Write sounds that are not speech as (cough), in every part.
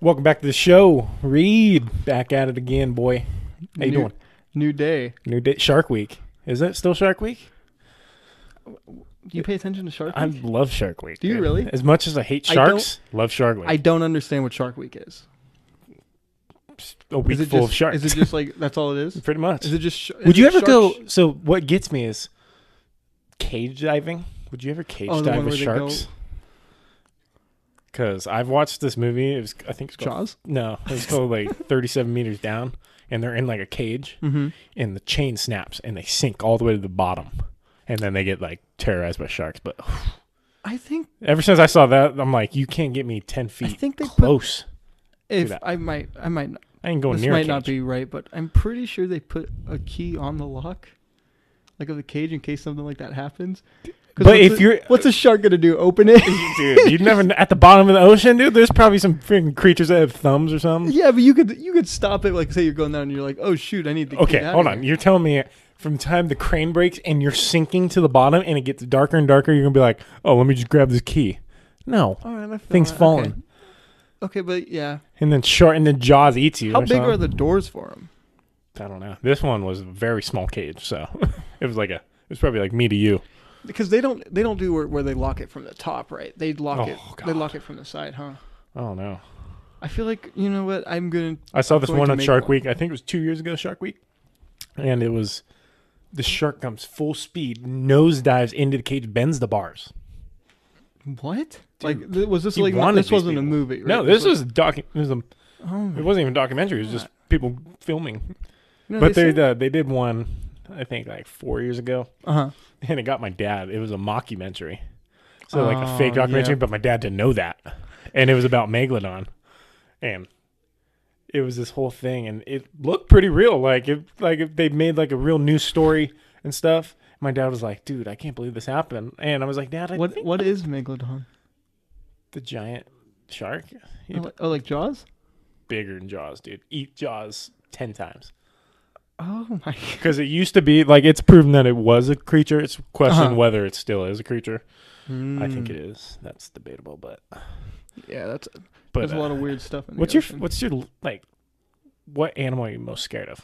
Welcome back to the show, Reed. Back at it again, boy. How you new, doing? New day. New day, Shark Week. Is it still Shark Week? Do you pay attention to Shark I Week? love Shark Week. Do you dude. really? As much as I hate I don't- sharks, love Shark Week. I don't understand what Shark Week is. A week is it full just, of sharks. Is it just like that's all (laughs) it is? Pretty much. Is it just? Sh- is Would you it ever shark go? sh- So what gets me is cage diving. Would you ever cage Oh, the dive one with where they go- sharks? Because I've watched this movie. It was I think it's called, Jaws? no, it's called like 37 meters down, and they're in like a cage, Mm-hmm. and the chain snaps, and they sink all the way to the bottom, and then they get like terrorized by sharks. But I think ever since I saw that, I'm like, you can't get me 10 I feet think they put. close. If that. I might, I might. Not, I ain't going this near. might a not cage. be right, but I'm pretty sure they put a key on the lock, like of the cage, in case something like that happens. 'Cause But what's if a- (laughs) you're- what's a shark gonna do? (laughs) Open it? (laughs) Dude, you'd never at the bottom of the ocean, dude. There's probably some freaking creatures that have thumbs or something. yeah, but you could you could stop it. Like say you're going down, and you're like, oh shoot, I need to. get Okay, out hold of on. here." You're telling me from the time the crane breaks and you're sinking to the bottom and it gets darker and darker, you're gonna be like, "Oh, let me just grab this key." No, All right, I feel things it. Okay. falling, okay, but yeah. and then short, and then Jaws eats you. How or big are something. the doors for them? I don't know. This one was a very small cage, so (laughs) it was like a. It was probably like me to you. Because they don't they don't do where, where they lock it from the top, right? They lock it Oh, they God. lock it from the side, huh? I don't know. I feel like you know what I'm gonna. I saw this Going one to on make Shark one. Week. I think it was two years ago, Shark Week, and it was the shark comes full speed, nose dives into the cage, bends the bars. What? like th- was this he like wanted this these wasn't a people. movie? Right? No, this was doc. It was a. Oh It my- wasn't even a documentary. It was just Uh, people filming. You know, but they they uh, they did one, I think like four years ago, uh huh. (laughs) and it got my dad. It was a mockumentary, so like a Oh, fake documentary, yeah. but my dad didn't know that, and it was about megalodon, and it was this whole thing, and it looked pretty real. Like if like if they made like a real news story and stuff. My dad was like, "Dude, I can't believe this happened," and I was like, "Dad, I What think what is Megalodon? the giant shark Oh, It's like, oh, like Jaws? bigger than Jaws, dude. Eat Jaws ten times." Oh my! Because it used to be like it's proven that it was a creature. It's questioned Uh-huh. whether it still is a creature. I think it is. That's debatable, but Hmm. Yeah, that's but there's a lot uh, of weird stuff in the what's your ocean. what's your like? What animal are you most scared of?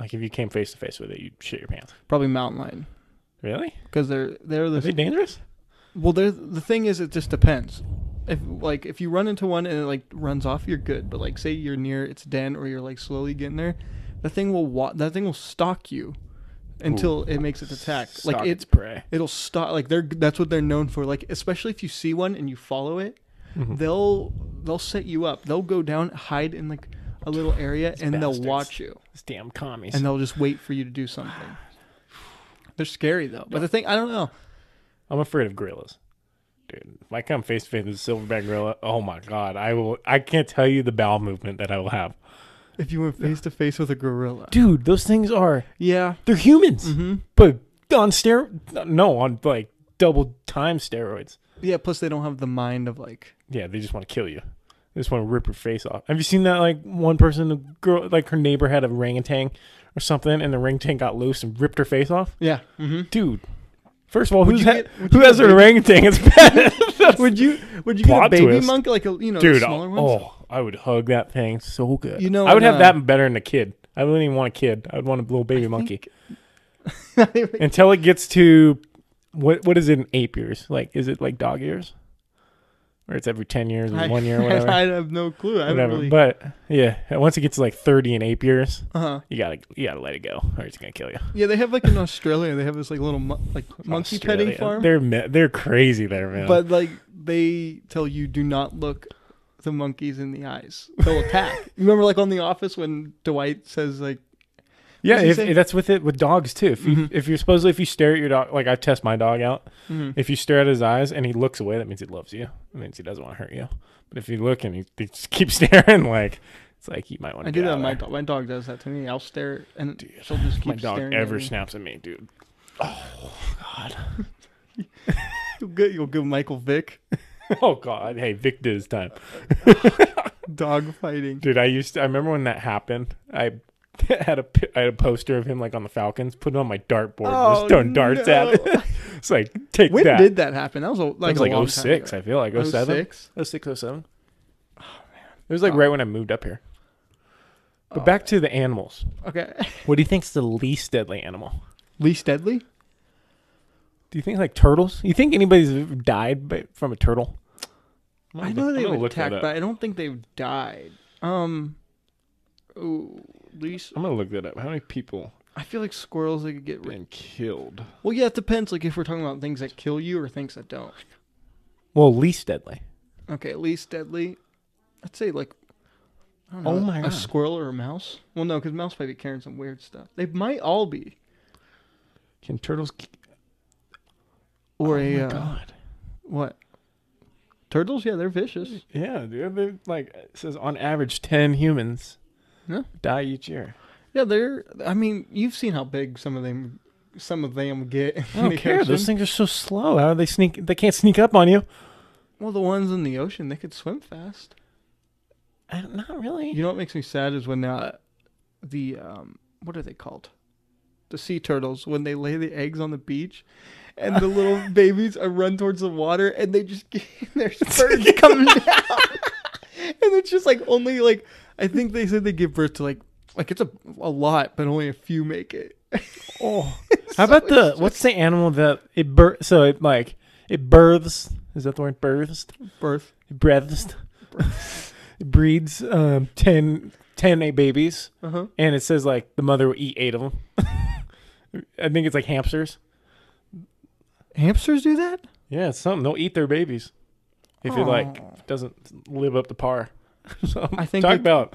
Like if you came face to face with it, you'd shit your pants. probably mountain lion Really? because they're they're Is the it dangerous? Well, there the thing is, it just depends. If like if you run into one and it like runs off, you're good. But like say you're near its den or you're like slowly getting there, the thing will wa- that thing will stalk you until it makes its attack. Stalk like its it prey. it'll stalk. Like they're that's what they're known for. Like especially if you see one and you follow it, Mm-hmm. they'll they'll set you up. They'll go down, hide in like a little area, and bastards. they'll watch you It's damn commies. and they'll just wait for you to (sighs) do something. They're scary though. But the thing I don't know. I'm afraid of gorillas. Dude, if I come face to face with a silverback gorilla, oh my god, I will. I can't tell you the bowel movement that I will have. If you went face to face with a gorilla, Dude, those things are yeah. they're humans. Mm-hmm. But on stero no, on like double time steroids. Yeah, plus they don't have the mind of like Yeah, they just want to kill you. They just want to rip your face off. Have you seen that like one person, the girl, like her neighbor had a orangutan or something, and the orangutan got loose and ripped her face off? yeah. Mm-hmm. Dude, first of all, who's you ha- get- would who you has get an a orangutan as (laughs) pet? (laughs) Would you would you get a Plot baby twist. monkey like a you know the Dude, smaller oh, ones? (laughs) oh, I would hug that thing so good. You know, I would in, have uh, that better than a kid. I wouldn't even want a kid. I would want a little baby monkey. Until it gets to what what is it in ape years? Like is it like dog years? Or it's every ten years or (laughs) I- one year or whatever. I, have no clue. I haven't whatever. really. But yeah, once it gets to like thirty and ape years, uh-huh. you gotta you gotta let it go, or it's gonna kill you. Yeah, they have like in Australia, they have this like little mon- like monkey petting Australia, farm. They're me- they're crazy there, man. But like they tell you do not look the monkeys in the eyes; they'll attack. (laughs) you remember like on The Office when Dwight says like (laughs) yeah, does he if, say? if that's with it with dogs too. If you Mhm. if you're supposedly if you stare at your dog, like I test my dog out. mhm. If you stare at his eyes and he looks away, that means he loves you. That means he doesn't want to hurt you. But if you look and he, he just keeps (laughs) staring, like it's like you might want to. I do that. My dog, my dog does that to me. I'll stare and she'll just keep my dog staring at ever me. snaps at me, dude. You'll get you'll give Michael Vick Oh god, hey, Vic did his time, dog fighting. dude. I used to. I remember when that happened. I (laughs) had a pi- I had a poster of him like on the Falcons, put it on my dartboard, and Oh, just throwing darts at it. (laughs) no. It's like take When that. oh did that happen? That was a, like That was a long like time 06, ago. I feel like 07. 06? 06, 07. It was like Oh. right when I moved up here. But Oh. back to the animals. (laughs) Okay. What do you think's the least deadly animal? Least deadly? Do you think like turtles? You think anybody's ever died by, from a turtle? I'm I gonna know look- I'm they gonna were look that attacked, up. but I don't think they've died. Um. Ooh, least. I'm gonna look that up. How many people I feel like squirrels they could get rid. been killed? Well, yeah, it depends. Like if we're talking about things that kill you or things that don't. Well, least deadly. Okay, least deadly. I'd say like. I don't know, Oh my a God. squirrel or a mouse? Well, no, because mouse might be carrying some weird stuff. They might all be. Can turtles? k- Or oh a my uh, god. what? Turtles? Yeah, they're vicious. Yeah, dude. They're like it says on average ten humans Yeah. die each year. Yeah, they're. I mean, you've seen how big some of them, some of them get. in I don't the care. Those ocean. things are so slow. How do they sneak? They can't sneak up on you. Well, the ones in the ocean, they could swim fast. I don't- Not really. You know what makes me sad is when uh, the um, what are they called? The sea turtles when they lay the eggs on the beach, and the (laughs) little babies are run towards the water, and they just get their spurs coming down, and it's just like only like I think they said they give birth to like like it's a a lot, but only a few make it. Oh. How about the what's the animal that it bir- so it like it births is that the word births Birth. it breaths it breeds um 10, 10 a babies Uh huh. and it says like the mother will eat eight of them. (laughs) I think it's like hamsters. Hamsters do that. Yeah, it's something they'll eat their babies if it Aw. like doesn't live up to par. (laughs) so I think talk it- about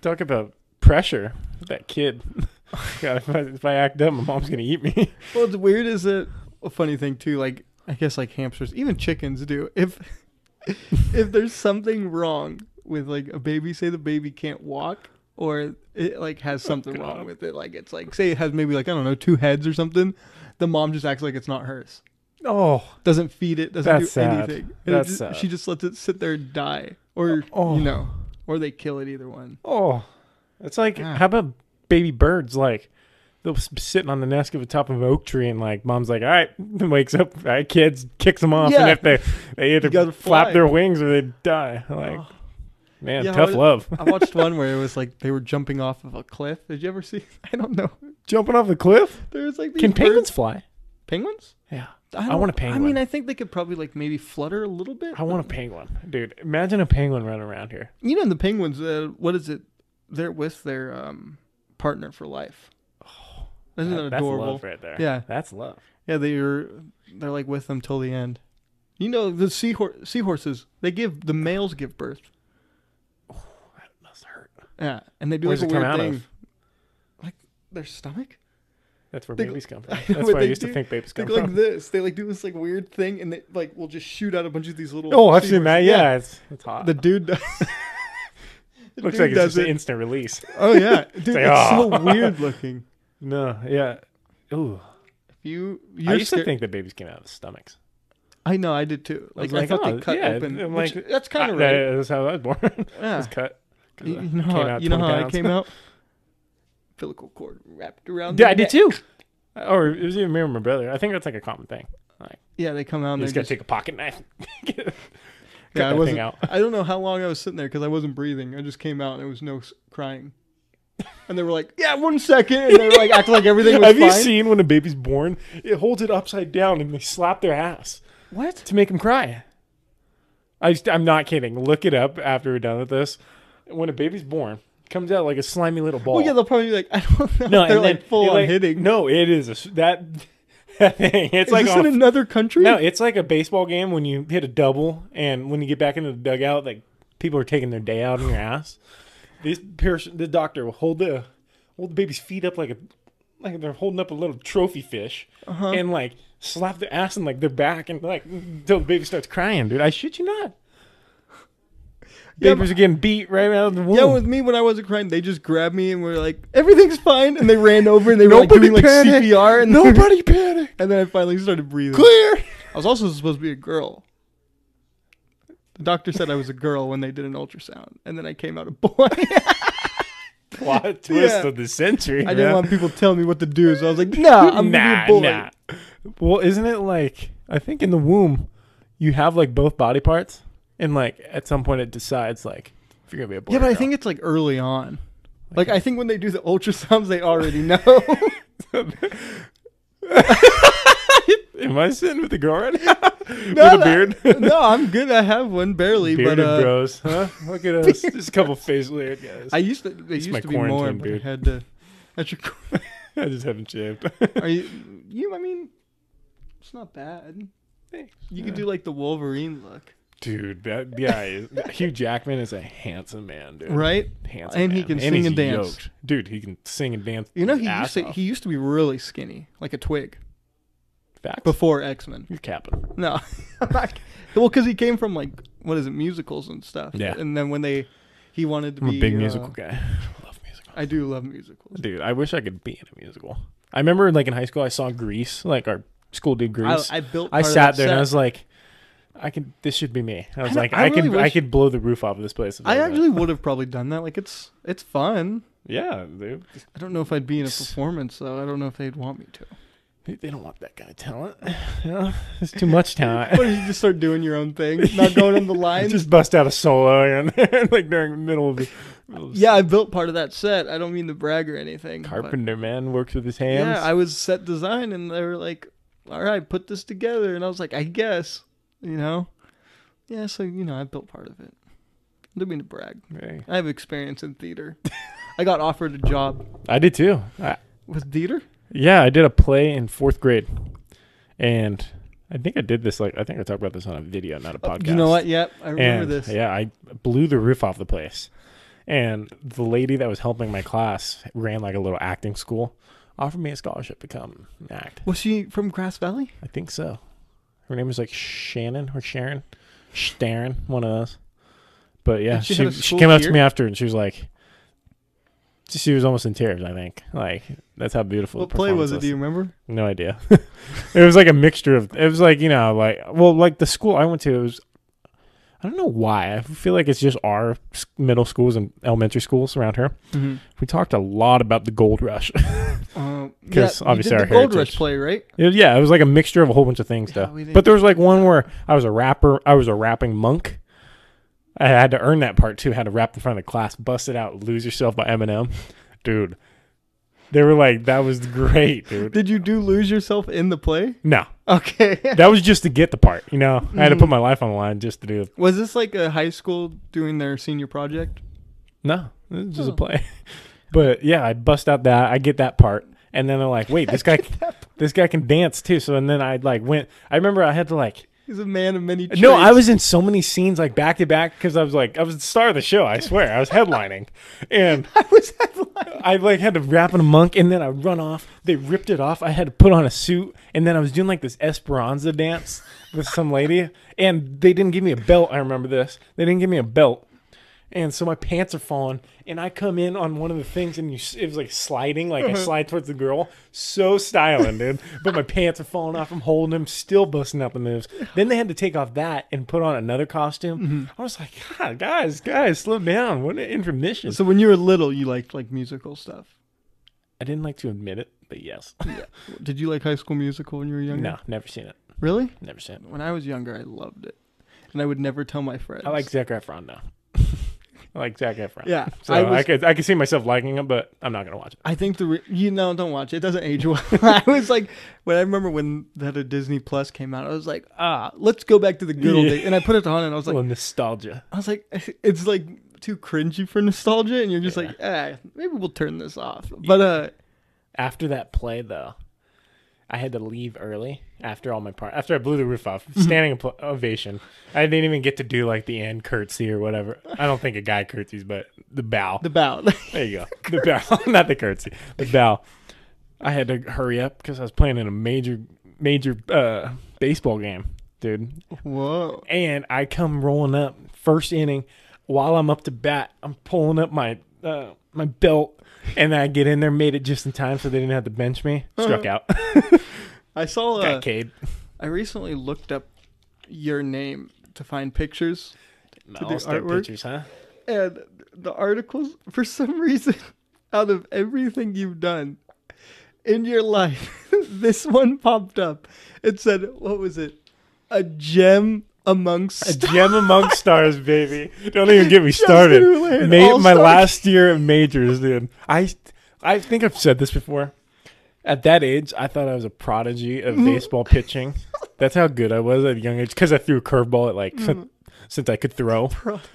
talk about pressure. That kid. (laughs) God, if, I, if I act up, my mom's gonna eat me. (laughs) Well, what's weird is that a funny thing too. Like I guess like hamsters, even chickens do. If (laughs) if there's something wrong with like a baby, say the baby can't walk or it like has something wrong Oh, God. with it, like it's like say it has maybe like I don't know two heads or something, the mom just acts like it's not hers. oh, Doesn't feed it. Doesn't do That's sad. anything. And it That's just- sad. She just lets it sit there and die, or Oh. you know, or they kill it. Either one. oh, it's like Ah. how about baby birds? Like they'll s- be sitting on the nest of the top of an oak tree, and like mom's like, all right, (laughs) wakes up, all right, kids, kicks them off, Yeah. and if they they either gotta flap fly. their wings or they die. Like Oh. man, Yeah, tough how- love. I watched one where it was like they were jumping off of a cliff. Did you ever see? (laughs) I don't know. Jumping off the cliff? There was like these Can birds- penguins fly? Penguins? Yeah. I, want don't- a I mean, penguin. I think they could probably like maybe flutter a little bit. I want a penguin, dude. Imagine a penguin running around here. You know, the penguins. Uh, what is it? They're with their um, partner for life. Isn't Oh, That- that, that's adorable? love right there. Yeah. that's love. Yeah, they're they're like with them till the end. You know, the seahor- seahorses. They give the males give birth. That must hurt. Yeah, and they do Where's like it a come weird out thing. of? Like their stomach. That's where They- babies come (laughs) from. I know That's what why I they used do. to think babies They come go like from. this. They like do this like weird thing, and they like will just shoot out a bunch of these little. oh, I've seen seahorses. that. Yeah, it's it's hot. (laughs) the dude. Does- The Looks dude like it's does just an instant release. (laughs) Oh yeah, (laughs) dude, like, it's "Oh." so weird looking. (laughs) No, yeah. Ooh, You, I you're used scared. to think that babies came out of stomachs. I know, I did too. I was Like, I, like, thought "Oh, they cut yeah," open. I'm which- like, "Ah, that's kind of I- right. that- That's how I was born. (laughs) It Yeah. was cut. 'Cause You I you know, came how, out you know 20 how I pounds. (laughs) came out. Umbilical cord wrapped around. Yeah, their I did too. neck. Or it was even me or my brother. I think that's like a common thing. Yeah, they come out. And You they're just gotta just, take a pocket knife. Cut yeah, I that thing wasn't. out. I don't know how long I was sitting there because I wasn't breathing. I just came out and there was no s- crying. And they were like, "Yeah, one second. and they were like, acting (laughs) like everything was Have fine. you seen when a baby's born? It holds it upside down and they slap their ass what? to make them cry. I just, I'm not kidding. Look it up after we're done with this. When a baby's born, it comes out like a slimy little ball. Well, yeah, they'll probably be like, I don't know. no, (laughs) they're and then like full you're on like- hitting. No, it is a s that, (laughs) that thing. It's Is like this on in a another country? No, it's like a baseball game when you hit a double, and when you get back into the dugout, like people are taking their day out on your ass. This person, the doctor, will hold the hold the baby's feet up like a like they're holding up a little trophy fish, Uh-huh. and like slap their ass and like their back, and like until the baby starts crying, dude. I shit you not. (laughs) Yeah, Babies are getting beat right out of the womb. Yeah, with me when (laughs) I wasn't crying, they just grabbed me and were like, "Everything's fine," and they ran over and they were like, Nobody doing like panic. CPR and Nobody panic. (laughs) (laughs) and then I finally started breathing. Clear. I was also supposed to be a girl. The doctor said I was a girl when they did an ultrasound, and then I came out a boy. Plot twist (laughs) Yeah. of the century. I man. didn't want people telling me what to do, so I was like, (laughs) (laughs) "Nah, I'm nah, gonna be a boy." nah. Well, isn't it like I think in the womb you have like both body parts, and like at some point it decides like If you're gonna be a boy, Yeah, or but I girl. think it's like early on. Like I think when they do the ultrasounds, they already (laughs) know. (laughs) Am I sitting with a girl right now? (laughs) (laughs) No, with a no, (laughs) beard? no, I'm good. I have one barely, (laughs) Bearded but uh, bros, huh? Look at (laughs) us. Just a couple face layered guys. I used to. They It's my used to be more. quarantine But I beard. had to. That's your. qu- I just haven't shaved. (laughs) Are you? You? I mean, it's not bad. You could do like the Wolverine look, (laughs) Dude, that yeah, (laughs) Hugh Jackman is a handsome man, dude. right? Handsome And he man. can sing he's and dance. yoked. Dude, he can sing and dance. You know, his he used ass to, off. he used to be really skinny, like a twig, Facts. before X Men. You're capping. No, (laughs) well, because he came from like what is it, musicals and stuff. Yeah. And then when they, he wanted to I'm be a big uh, musical guy. I love musical. (laughs) I do love musicals. Dude, I wish I could be in a musical. I remember like in high school I saw Grease, like our school did I, Grease. I, I built. part of sat that there and I set. was like I can this should be me. I was I don't- like I I, can really I wish- could blow the roof off of this place. if I were- actually would have probably done that. Like it's it's fun. Yeah, dude. I don't know if I'd be in a Yes. performance though. I don't know if they'd want me to. (laughs) They, they don't want that kind of talent. (laughs) You know? It's too much talent. What (laughs) if you just start doing your own thing, not going on the I lines? just bust out a solo and (laughs) like during the middle of the middle of the yeah, I built part of that set. I don't mean to brag or anything. but- Carpenter man works with his hands. Yeah, I was set design, and they were like, "All right, put this together," and I was like, "I guess," you know. Yeah, so you know, I built part of it. Didn't mean to brag. Hey. I have experience (laughs) in theater. I got offered a job I did too. I, with theater. yeah, I did a play in fourth grade, and I think I did this like I think I talked about this on a video, not a podcast. Uh, Oh, You know what? Yep, I remember and, this. Yeah, I blew the roof off the place. And the lady that was helping my class ran like a little acting school, offered me a scholarship to come and act. Was she from Grass Valley? I think so. Her name was like Shannon or Sharon, Starin, one of those. But yeah, And she she had she, a school came up here? to me after and she was like, she was almost in tears. I think like that's how beautiful. What the play was performance it? Do you remember? no idea. (laughs) it was like a mixture of. It was like you know, like well, like the school I went to it was. I don't know why. I feel like it's just our s- middle schools and elementary schools around here. Mm-hmm. We talked a lot about the gold rush. (laughs) Um, yeah, 'Cause you Mm-hmm. obviously did our the Gold Rush heritage. play, right? It- yeah, it was like a mixture of a whole bunch of things, Yeah, though. we didn't But there was like one where I was a rapper. I was a rapping monk. I had to earn that part too. Had to rap in front of the class, bust it out, lose yourself by Eminem, (laughs) dude. They were like, "That was great, dude." Did you do lose yourself in the play? (laughs) No, Okay. that was just to get the part. You know, I had to put my life on the line just to do. was this like a high school doing their senior project? No, it was just Oh. a play. (laughs) But yeah, I bust out that. I get that part, and then they're like, "Wait, this guy, this guy can dance too." So and then I like went. I remember I had to like He's a man of many. Traits. No, I was in so many scenes like back to back because I was like I was the star of the show. I swear I was headlining, and (laughs) I was headlining. I like had to rap in a monk, and then I run off. They ripped it off. I had to put on a suit, and then I was doing like this Esperanza dance with some lady, and they didn't give me a belt. I remember this. They didn't give me a belt, and so my pants are falling, and I come in on one of the things, and you s- it was like sliding, like I slide towards the girl, so styling, dude. But my pants are falling off. I'm holding them, still busting out the moves. Then they had to take off that and put on another costume. I was like, God, guys, guys, slow down. What an intermission. So when you were little, you liked like musical stuff. I didn't like to admit it, but yes. (laughs) Did you like High School Musical when you were younger? No, never seen it. Really? Never seen it. When I was younger, I loved it, and I would never tell my friends. I like Zac Efron though. (laughs) I like Zac Efron. Yeah, So I I, was- could I could see myself liking it, but I'm not gonna watch it. I think the re- you know don't watch it. It doesn't age well. (laughs) I was like when I remember when that a Disney Plus came out, I was like ah let's go back to the good old Yeah. days. And I put it on and I was Well, (laughs) like nostalgia. I was like (laughs) it's like too cringy for nostalgia, and you're just like ah maybe we'll turn this off. But uh After that play though, I had to leave early after all my part after I blew the roof off, Mm-hmm. standing apl- ovation. I didn't even get to do like the end curtsy or whatever. I don't think a guy curtsies, but the bow. the bout. (laughs) There you go. The bow, (laughs) not the curtsy. The bow. I had to hurry up because I was playing in a major, major uh, baseball game, dude. Whoa. And I come rolling up first inning. While I'm up to bat, I'm pulling up my uh, my belt, and I get in there, made it just in time, so they didn't have to bench me. Struck out. (laughs) I saw Uh-huh. uh, Got Cade. I recently looked up your name to find pictures No, do All-star artwork? pitchers, huh? and the articles for some reason (laughs) out of everything you've done in your (laughs) life this one popped up it said what was it a gem A amongst gem among stars, baby. Don't even get me Justin started. Roulette, Ma- my all-star. last year of majors, dude. I I think I've said this before. At that age, I thought I was a prodigy of Mm. baseball pitching. That's how good I was at a young age because I threw a curveball at like Mm. since I could (laughs) throw,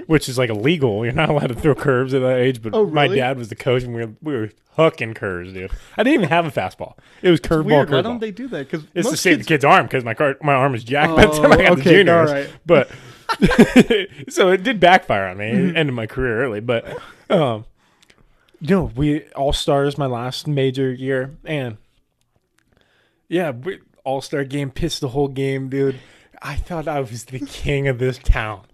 which is like illegal. You're not allowed to throw curves at that age. But Oh, my really? dad was the coach, and we were we were hooking curves, dude. I didn't even have a fastball. It was curveball. (laughs) weird. Why curveball. don't they do that? Because It's most to save kids- (laughs) the kid's arm because my car, my arm is jacked by the Oh, time I got the okay, juniors. alright. But (laughs) (laughs) so it did backfire on me. Mm-hmm. It ended my career early. But um, you know, we all stars my last major year, and yeah, all star game pissed the whole game, dude. I thought I was the king of this town.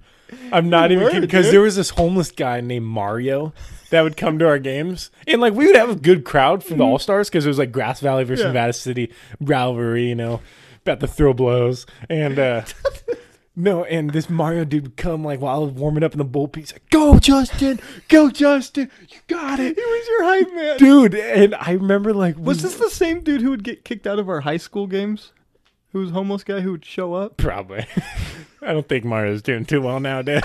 I'm not You even were, kidding because dude. there was this homeless guy named Mario that would come to our games, and like we would have a good crowd for the All Stars because it was like Grass Valley versus Mm-hmm. Yeah. Nevada City rivalry, you know, about the throw blows and. (laughs) uh No, and this Mario dude would come like while I was warming up in the bullpen. He's like, "Go, Justin! Go, Justin! You got it!" (laughs) He was your hype man. dude and i remember like we- Was this the same dude who would get kicked out of our high school games? Who was a homeless guy who would show up? probably (laughs) i don't think mario's doing too well nowadays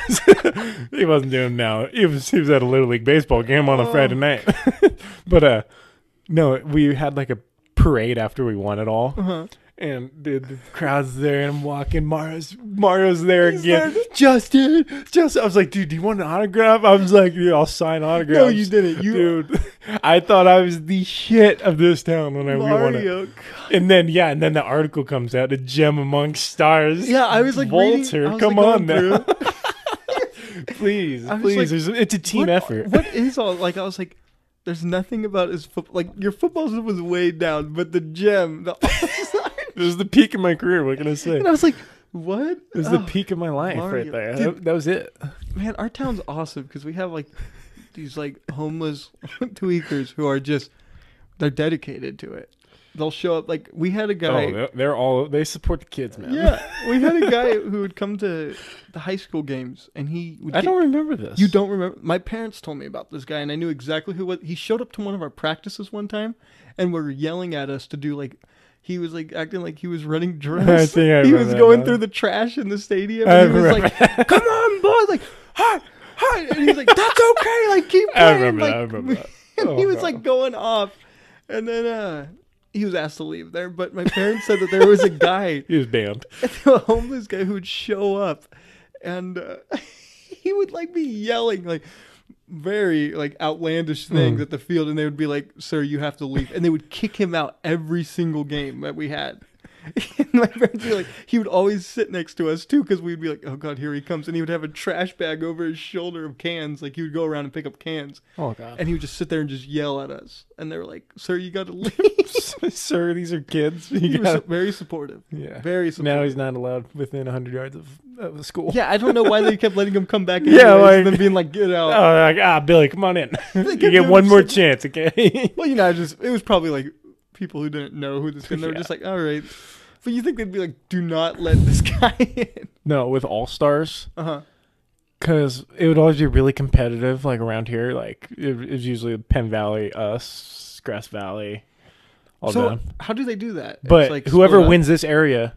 (laughs) he wasn't doing now he was he was at a little league baseball game on a friday night (laughs) but uh no we had like a parade after we won it all Uh-huh. and dude, the crowd's there and i'm walking mario's mario's there He's again there. justin justin i was like dude do you want an autograph i was like dude, i'll sign autographs No, you didn't. You dude (laughs) i thought i was the shit of this town when i we won it Mario. And then yeah, and then the article comes out, a gem among stars. Yeah, I was like Walter, reading. I was, come like, on going now, through. (laughs) please, I was please. like, There's- it's a team What- (laughs) effort. (laughs) What is all like? I was like, there's nothing about his football. Like your football stuff was way down, but the gem, the (laughs) This is the peak of my career. What can I say? and I was like, what? It was the Oh, peak of my life right Mario. there. Dude. That, that was it. man, our town's awesome because we have like these like homeless (laughs) tweakers who are just they're dedicated to it. They'll show up like we had a guy. Oh, they're- they're all they support the kids, man. Yeah, we had a guy who would come to the high school games, and he would. I get- don't remember this. You don't remember? My parents told me about this guy, and I knew exactly who was. He showed up to one of our practices one time, and were yelling at us to do like. He was like acting like he (laughs) was running I drills. think I he remember was that going now. through the trash in the stadium. I And he was remember like, "Come on, boy!" Like, hi, hi, and he's like, "That's okay. Like, keep (laughs) I playing." remember like, that. I remember that. (laughs) and Oh, he was God. like going off, and then uh, he was asked to leave there. But my parents said that there was (laughs) a guy He was banned. (laughs) a homeless guy who would show up and uh, (laughs) he would like be yelling like very like outlandish Hmm. things at the field and they would be like sir you have to leave and they would kick him out every single game that we had (laughs) and my parents would be like he would always sit next to us too because we'd be like oh god here he comes and he would have a trash bag over his shoulder of cans like he would go around and pick up cans Oh god, and he would just sit there and just yell at us and they were like sir you gotta (laughs) leave sir, these are kids. (laughs) You he was gotta- su- very supportive yeah. very supportive Now he's not allowed within 100 yards of, of the school. Yeah, I don't know why they kept letting him come back. (laughs) Yeah, Yeah, like- and then being like, get Oh, out. like, ah, Billy, come on in. (laughs) you kept get doing one the more same- chance, okay? (laughs) well, you know, I just it was probably like people who didn't know who this. And they were (laughs) Yeah. just like, all right. But you think they'd be like, do not let this (laughs) guy in. No, with All Stars, Uh huh. because it would always be really competitive. Like around here, like it, it was usually Penn Valley, us, Grass Valley, all So them. how do they do that? It's, But like, whoever split up. wins this area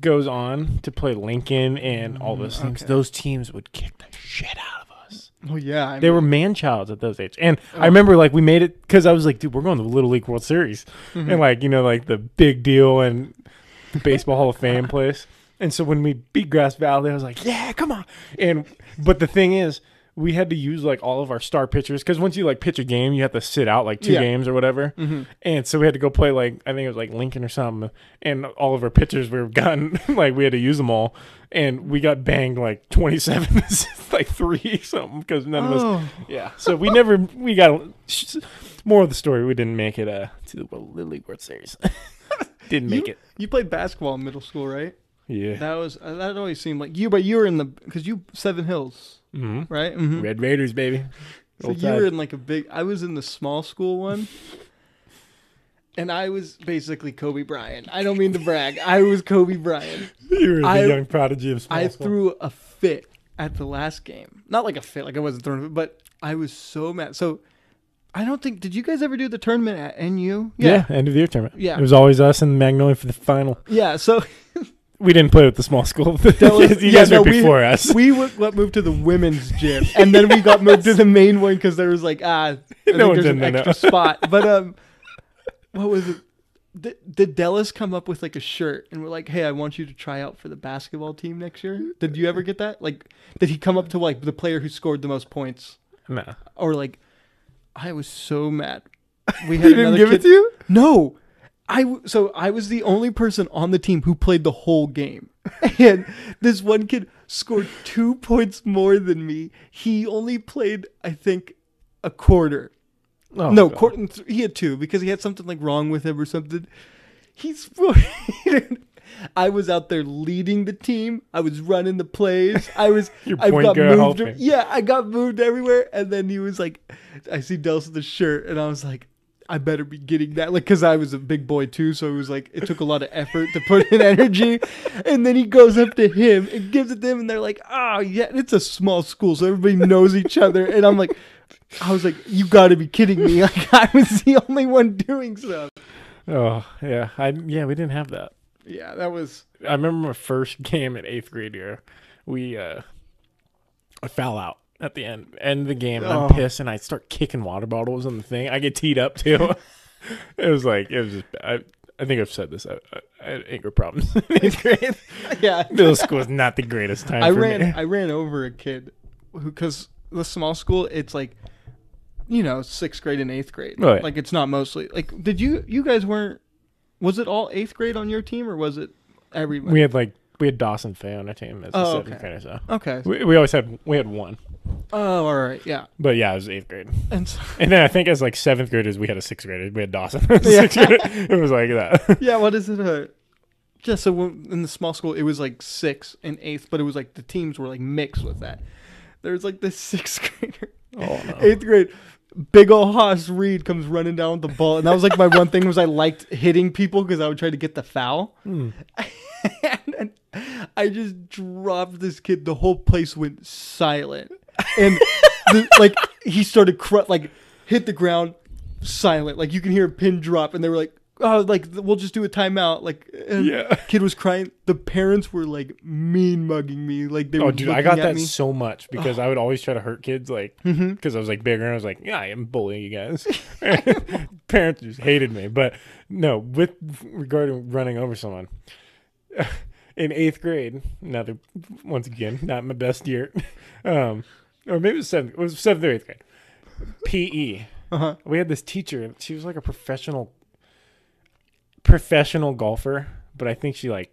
goes on to play Lincoln and all those things. Mm, okay. Those teams would kick the shit out of us. well, Oh, yeah, I They mean, Oh. were man childs at those age, and I remember like we made it because I was like, dude, we're going to the Little League World Series, Mm-hmm. and like you know like the big deal and the baseball Hall of Fame place. And so when we beat Grass Valley, I was like, yeah, come on. And but the thing is, we had to use like all of our star pitchers because once you like pitch a game, you have to sit out like two Yeah. games or whatever. mm-hmm. And so we had to go play like I think it was like Lincoln or something, and all of our pitchers were gotten (laughs) like we had to use them all, and we got banged like twenty (laughs) seven, like three something because none of us Oh, yeah. So we never we got more of the story. We didn't make it uh, to the World Little League World Series. (laughs) didn't make it. you played basketball in middle school, right? Yeah. That was uh, that always seemed like you, but you were in the because you Seven Hills, hmm right? Mm-hmm. Red Raiders, baby. So Old you were Tide. in like a big. I was in the small school one, and I was basically Kobe Bryant. I don't mean to brag. I was Kobe Bryant. You were the I- young prodigy of small I school. threw a fit at the last game. Not like a fit, like I wasn't throwing, a fit, but I was so mad. So I don't think. Did you guys ever do the tournament at NU? Yeah. end of the year tournament. Yeah. It was always us and Magnolia for the final. Yeah. So we didn't play with the small school. (laughs) That was- you yeah, guys no, were we- before us. (laughs) We w- got moved to the women's gym, and then we got moved to the main one because there was like ah, I think one's there's in an there now. extra spot. But um, what was it? Did, did Dallas come up with like a shirt and we're like, hey, I want you to try out for the basketball team next year? Did you ever get that? Like, did he come up to like the player who scored the most points (laughs) no, or like? I was so mad. (laughs) We he didn't another give kid- it to you. no, I w- so I was the only person on the team who played the whole game, (laughs) and this one kid scored two points more than me. He only played, I think, a quarter. Oh, no, God. quarter. Th- he had two because he had something like wrong with him or something. He scored. I was out there leading the team. I was running the plays. I was. (laughs) Your I point got guard moved. helping. Yeah, I got moved everywhere, and then he was like, "I see Dels with the shirt," and I was like, "I better be getting that," like, because I was a big boy too, so it was like it took a lot of effort to put (laughs) in energy. And then he goes up to him and gives it to him, and they're like, "Oh yeah, it's a small school, so everybody knows each other." And I'm like, I was like, "You got to be kidding me!" (laughs) Like, I was the only one doing stuff. Oh yeah, I yeah we didn't have that. Yeah, that was. I remember my first (laughs) game in eighth grade year. We uh, I fell out at the end end of the game. And Oh. I'm pissed, and I start kicking water bottles on the thing. I get teed up too. (laughs) it was like it was just. I, I think I've said this. I, I, I had anger problems (laughs) in eighth grade. Yeah, Middle school was not the greatest time. I for ran Me. I ran over a kid because the small school it's like you know sixth grade and eighth grade Right. like it's not mostly like did you you guys weren't was it all eighth grade on your team or was it everyone we had like we had Dawson Fay on our team as a Oh, seventh okay. grader, so okay we, we always had we had one. oh all right yeah But yeah, it was eighth grade, and so, (laughs) and then I think as like seventh graders, we had a sixth grader. We had Dawson. (laughs) Sixth grader. It was like that. yeah what is it uh just so when, in the small school it was like sixth and eighth but it was like the teams were like mixed with that there was like the (laughs) sixth grader Oh, no. eighth grade big ol' Haas Reed comes running down with the ball and that was like my one thing was I liked hitting people because I would try to get the foul Hmm. (laughs) and, and I just dropped this kid the whole place went silent and the, like he started cr- like hit the ground silent like you can hear a pin drop and they were like oh like we'll just do a timeout like and Yeah. kid was crying the parents were like mean mugging me like they Oh, were dude, I looking got at that me. Mm-hmm. so much because I would always try to hurt kids, like, because I was like bigger and I was like, yeah, I am bullying you (laughs) guys. (laughs) Parents just hated me. But no, with regarding running over someone (laughs) in eighth grade, another, once again, not my best year, (laughs) um, or maybe it was seventh, it was seventh or eighth grade, PE. Uh-huh. We had this teacher, and she was like a professional, professional golfer, but I think she, like,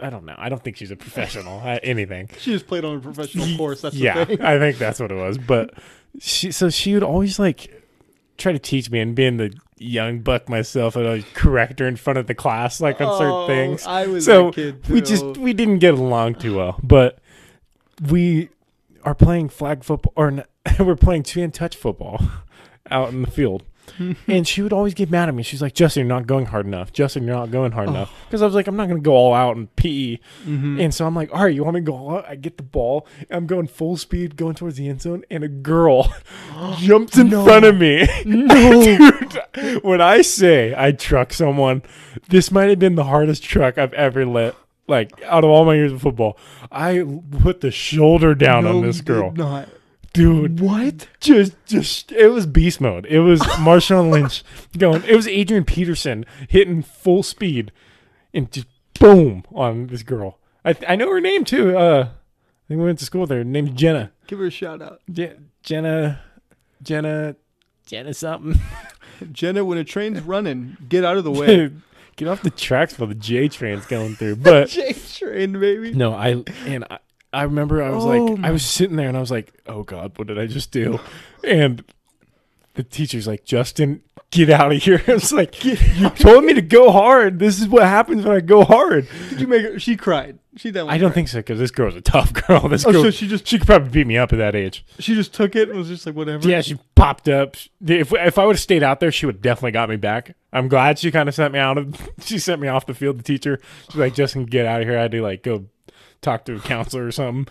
I don't know. I don't think she's a professional at anything. she just played on a professional Ye- course that's yeah, the thing I think that's what it was. But she, so she would always like try to teach me, and being the young buck myself, I'd always correct her in front of the class, like on certain Oh, things. I was So that kid we just too. we didn't get along too well. But we are playing flag football, or n- (laughs) we're playing two and touch football (laughs) out in the (laughs) field. and she would always get mad at me. She's like, "Justin, you're not going hard enough. Justin, you're not going hard Oh. enough." Because I was like, "I'm not going to go all out in PE." Mm-hmm. And so I'm like, all right, you want me to go all out? I get the ball. I'm going full speed, going towards the end zone, and a (gasps) girl jumps in No. front of me. No. (laughs) Dude, when I say I truck someone, this might have been the hardest truck I've ever let. Like out of all my years of football, I l- put the shoulder down No, on this you did girl, not. dude. What? Just, just it was beast mode. It (laughs) was Marshawn Lynch going. It was Adrian Peterson hitting full speed, and just boom on this girl. I I know her name too. Uh, I think we went to school with her. Her name's Jenna. Give her a shout out. Je- Jenna, Jenna, Jenna (laughs) something. Jenna, when (laughs) a train's running, get out of the way. Dude, get off the tracks while the J train's going through. (laughs) But J train, baby. no, I and I. I remember I was Oh like my- I was sitting there and I was like, "Oh god, what did I just do?" And the teacher's like, "Justin, get out of here." (laughs) I was like, "You told me to go hard. This is what happens when I go hard." Did you make her? She cried. She that one. I don't think so because this girl's a tough (laughs) girl. This Oh, girl, so she, she just could probably beat me up at that age. she just took it and was just like whatever. Yeah, she popped up. If if I would have stayed out there, she would have definitely got me back. I'm glad she kind of sent me out of. (laughs) She sent me off the field. The teacher, she's like, "Justin, get out of here." I had to like go talk to a counselor or something.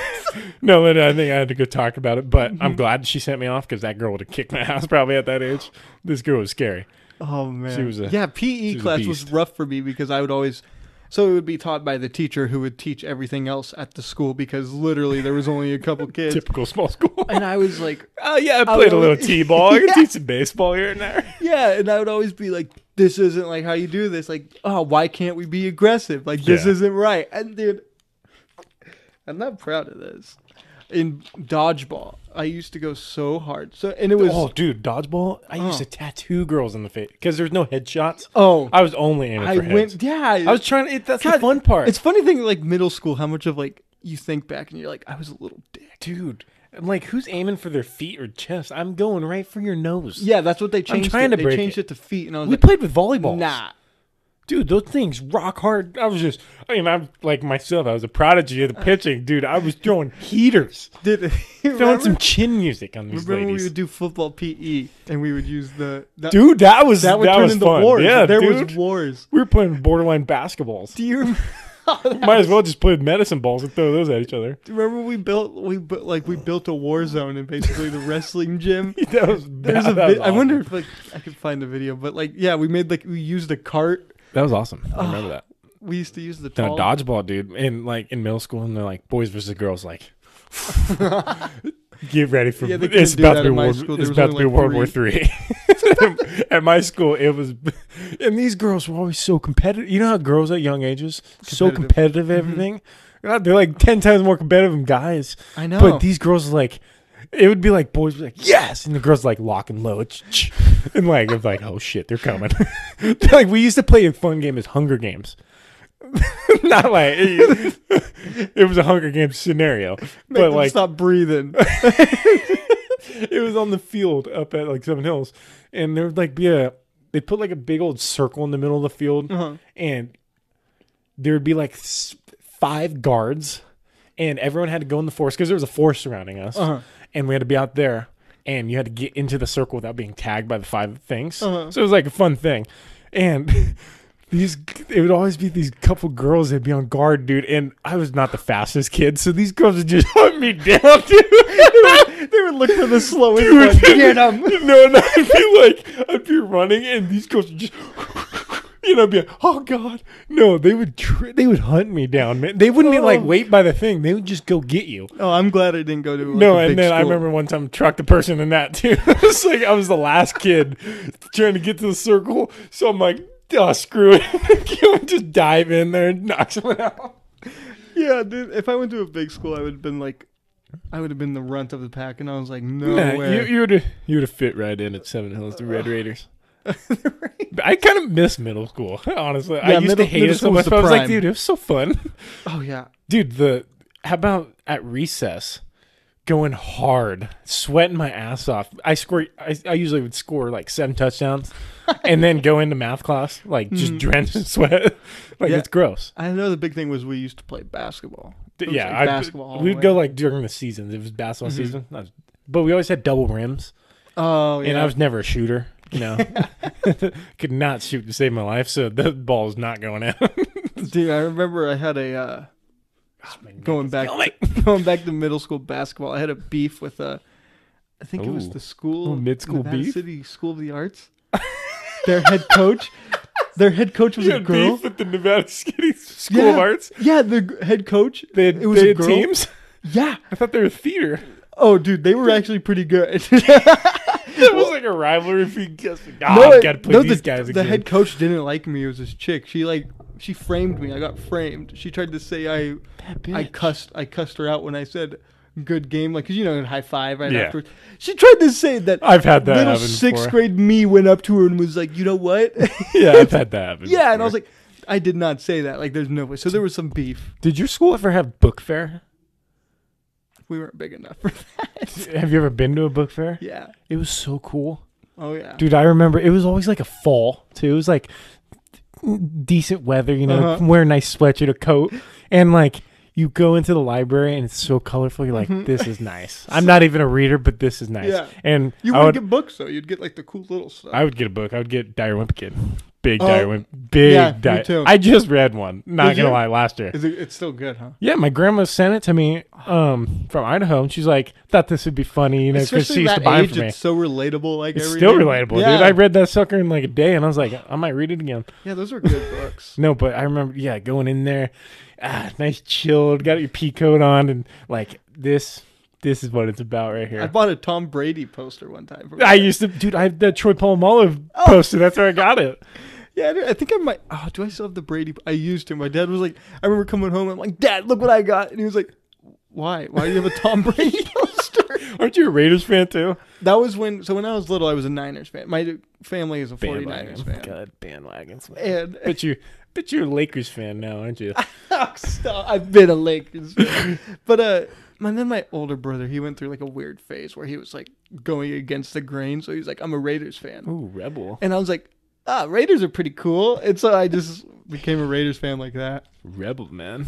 (laughs) no, then I think I had to go talk about it. But Mm-hmm. I'm glad she sent me off because that girl would have kicked my (laughs) ass probably at that age. This girl was scary. Oh man. She was a- yeah. PE she was a class was beast. rough for me because I would always So it would be taught by the teacher who would teach everything else at the school because literally there was only (laughs) a couple kids. Typical small school. And (laughs) I was like, (laughs) Oh yeah, I I played a would- little t-ball. I (laughs) Yeah. can teach some baseball here and there. yeah, and I would always be like, this isn't like how you do this. Like, oh, why can't we be aggressive? Like this Yeah. isn't right. And dude, I'm not proud of this. In dodgeball, I used to go so hard. So and it was oh, dude, dodgeball. I used to Oh. tattoo girls in the face because there's no headshots. oh, I was only aiming I for heads. went yeah. I was trying to. It, that's the God, fun part. It's funny thing like middle school, how much of like you think back and you're like, I was a little dick. dude. I'm like, who's aiming for their feet or chest? I'm going right for your nose. Yeah, that's what they changed. trying it. to they break changed it. to feet, and I was we like, played with volleyball. nah. dude, those things rock hard. I was just, I mean, I'm like myself. I was a prodigy Uh, of the pitching, dude. I was (laughs) throwing heaters, Did throwing remember, some chin music on these (laughs) remember when we ladies. would do football PE and we would use the that, Dude, that was that that, would turn was into fun. wars. Yeah, there dude. was wars. we were playing borderline basketballs. Do you remember? that Might as well just play with medicine balls and throw those at each other. (laughs) (laughs) Do you remember we built we bu- like we built a war zone in basically the (laughs) wrestling gym. That was, There's a that was vi- I wonder awesome. if like I could find the video, but like yeah, we made like we used a cart. that was awesome. I remember Ah. that. We used to use the Done tall. a dodgeball, dude, in like in middle school, and they're like boys versus girls, (laughs) like. Get ready for Yeah, they couldn't it's do about to that be in my World, school. There it's was about to only, be like, World War Three. (laughs) At my school, it was, (laughs) and these girls were always so competitive. You know how girls at young ages so Competitive. Mm-hmm. competitive, at everything. God, They're like ten times more competitive than guys. I know. But these girls like, it would be like boys would be like yes, and the girls like lock and load, ch- ch- (laughs) and like it's like oh shit, they're coming. (laughs) like we used to play a fun game as Hunger Games. (laughs) Not like (laughs) it, it was a Hunger Games scenario, Make but them like stop breathing. (laughs) it was on the field up at like Seven Hills, and there would like be a they put like a big old circle in the middle of the field, Uh-huh. and there would be like s- five guards, and everyone had to go in the force because there was a force surrounding us, Uh-huh. and we had to be out there, and you had to get into the circle without being tagged by the five things. Uh-huh. So it was like a fun thing, and. (laughs) These it would always be these couple girls that'd be on guard, dude. And I was not the fastest kid, so these girls would just (laughs) hunt me down, dude. (laughs) they would look for the slowest Dude. (laughs) one. Get 'em. No, and I'd be like, I'd be running, and these girls would just, (laughs) you know, I'd be like, oh god, no, they would, tr- they would hunt me down, man. They wouldn't even like Oh. wait by the thing; they would just go get you. Oh, I'm glad I didn't go to like, no, a and big then I school. remember one time trucked a person in that too. (laughs) it's like I was the last kid trying to get to the circle, so I'm like, oh screw it, (laughs) You know, just dive in there and knock someone out. Yeah, dude. If I went to a big school, I would have been like, I would have been the runt of the pack, and I was like, no Nah, way. you you would you would have fit right in at Seven Hills, the Red (laughs) Raiders. But I kind of miss middle school, (laughs) honestly. I Yeah, used middle- to hate middle it so school was much. the But I was prime. like, dude, it was so fun, oh yeah. (laughs) dude. The how about at recess, going hard, sweating my ass off. I score. I, I usually would score like seven (laughs) touchdowns, and then go into math class like just drenched in sweat. (laughs) like Hmm. Yeah. it's gross. I know the big thing was we used to play basketball. It was, yeah, like, I- basketball. all the We'd way. Mm-hmm. go like during the seasons. It was basketball season, Not- but we always had double rims. Oh yeah. And I was never a shooter. You (laughs) know, could not shoot to save my life, so the ball is not going (laughs) out. dude, I remember I had a uh, going back (laughs) going back to middle school basketball. I had a beef with a, I think it was Ooh. the school Little mid-school Nevada Oh, beef? City School of (laughs) the Arts. their head coach. Their head coach was you a had girl. beef at the Nevada City School of Yeah. Arts. Yeah, the g- head coach. They had, It was they a had girl? teams. Yeah. I thought they were (laughs) theater. Oh, dude, they were actually (laughs) pretty good. It was like a rivalry. If you guess, ah, no, I've it- got to play no, these the, guys the again. head coach didn't like me. It was this chick. She like she framed me. I got framed. She tried to say I I cussed I cussed her out when I said good game like 'cause you know high five right Yeah. afterwards. She tried to say that I've had that little happen sixth before. grade me went up to her and was like, you (laughs) know what? (laughs) yeah, I've had that happen. yeah, and before. I was like, I did not say that. Like, there's no way. So there was some beef. "Did your school ever have book fair? (laughs) We weren't big enough for that. Have you ever been to a book fair? yeah. It was so cool." Oh yeah. dude i remember it was always like a fall too it was like decent weather you know Uh-huh. wear a nice sweatshirt a coat and like you you go into the library and it's so colorful. You're like, Mhm. this (laughs) is nice. I'm not even a reader, but this is nice. Yeah. And You I wouldn't would, get books though. You'd get like the cool little stuff. I would get a book. I would get Dire Wimp Kid. Big Oh, Dire Wimp. Big yeah, me Dire. too. I just read one. Not Did gonna you? lie, last year. Is it, it's still good, huh? Yeah, my grandma sent it to me um, from Idaho, and she's like, "Thought this would be funny, you know, because she Especially used to that buy it age, for me." it's It's, so relatable. Like every still day. relatable, yeah. dude. I read that sucker in like a day, and I was like, "I might read it again." yeah, those are good (laughs) books. No, but I remember, yeah, going in there, ah, nice chilled, got your pea coat on, and like this, this is what it's about right I here. bought a Tom Brady poster one time. from I Oh. there. used to, dude. I had that Troy Polamalu poster. That's where I got it. yeah, dude, I think I might. Oh, do I still have the Brady? I used him. My dad was like, I remember coming home. I'm like, Dad, look what I got, and he was like, Why? Why do you have a Tom Brady poster? Aren't you a Raiders fan too? That was when. So when I was little, I was a Niners fan. My family is a 49ers fan. God, bandwagons. And But you, but you're a Lakers fan now, aren't you? (laughs) Stop. I've been a Lakers fan. but uh, and then my older brother, he went through like a weird phase where he was like going against the grain. So he was like, I'm a Raiders fan, Ooh, rebel. and I was like, Ah, Raiders are pretty cool. And so I just became a Raiders fan like that. Rebel man,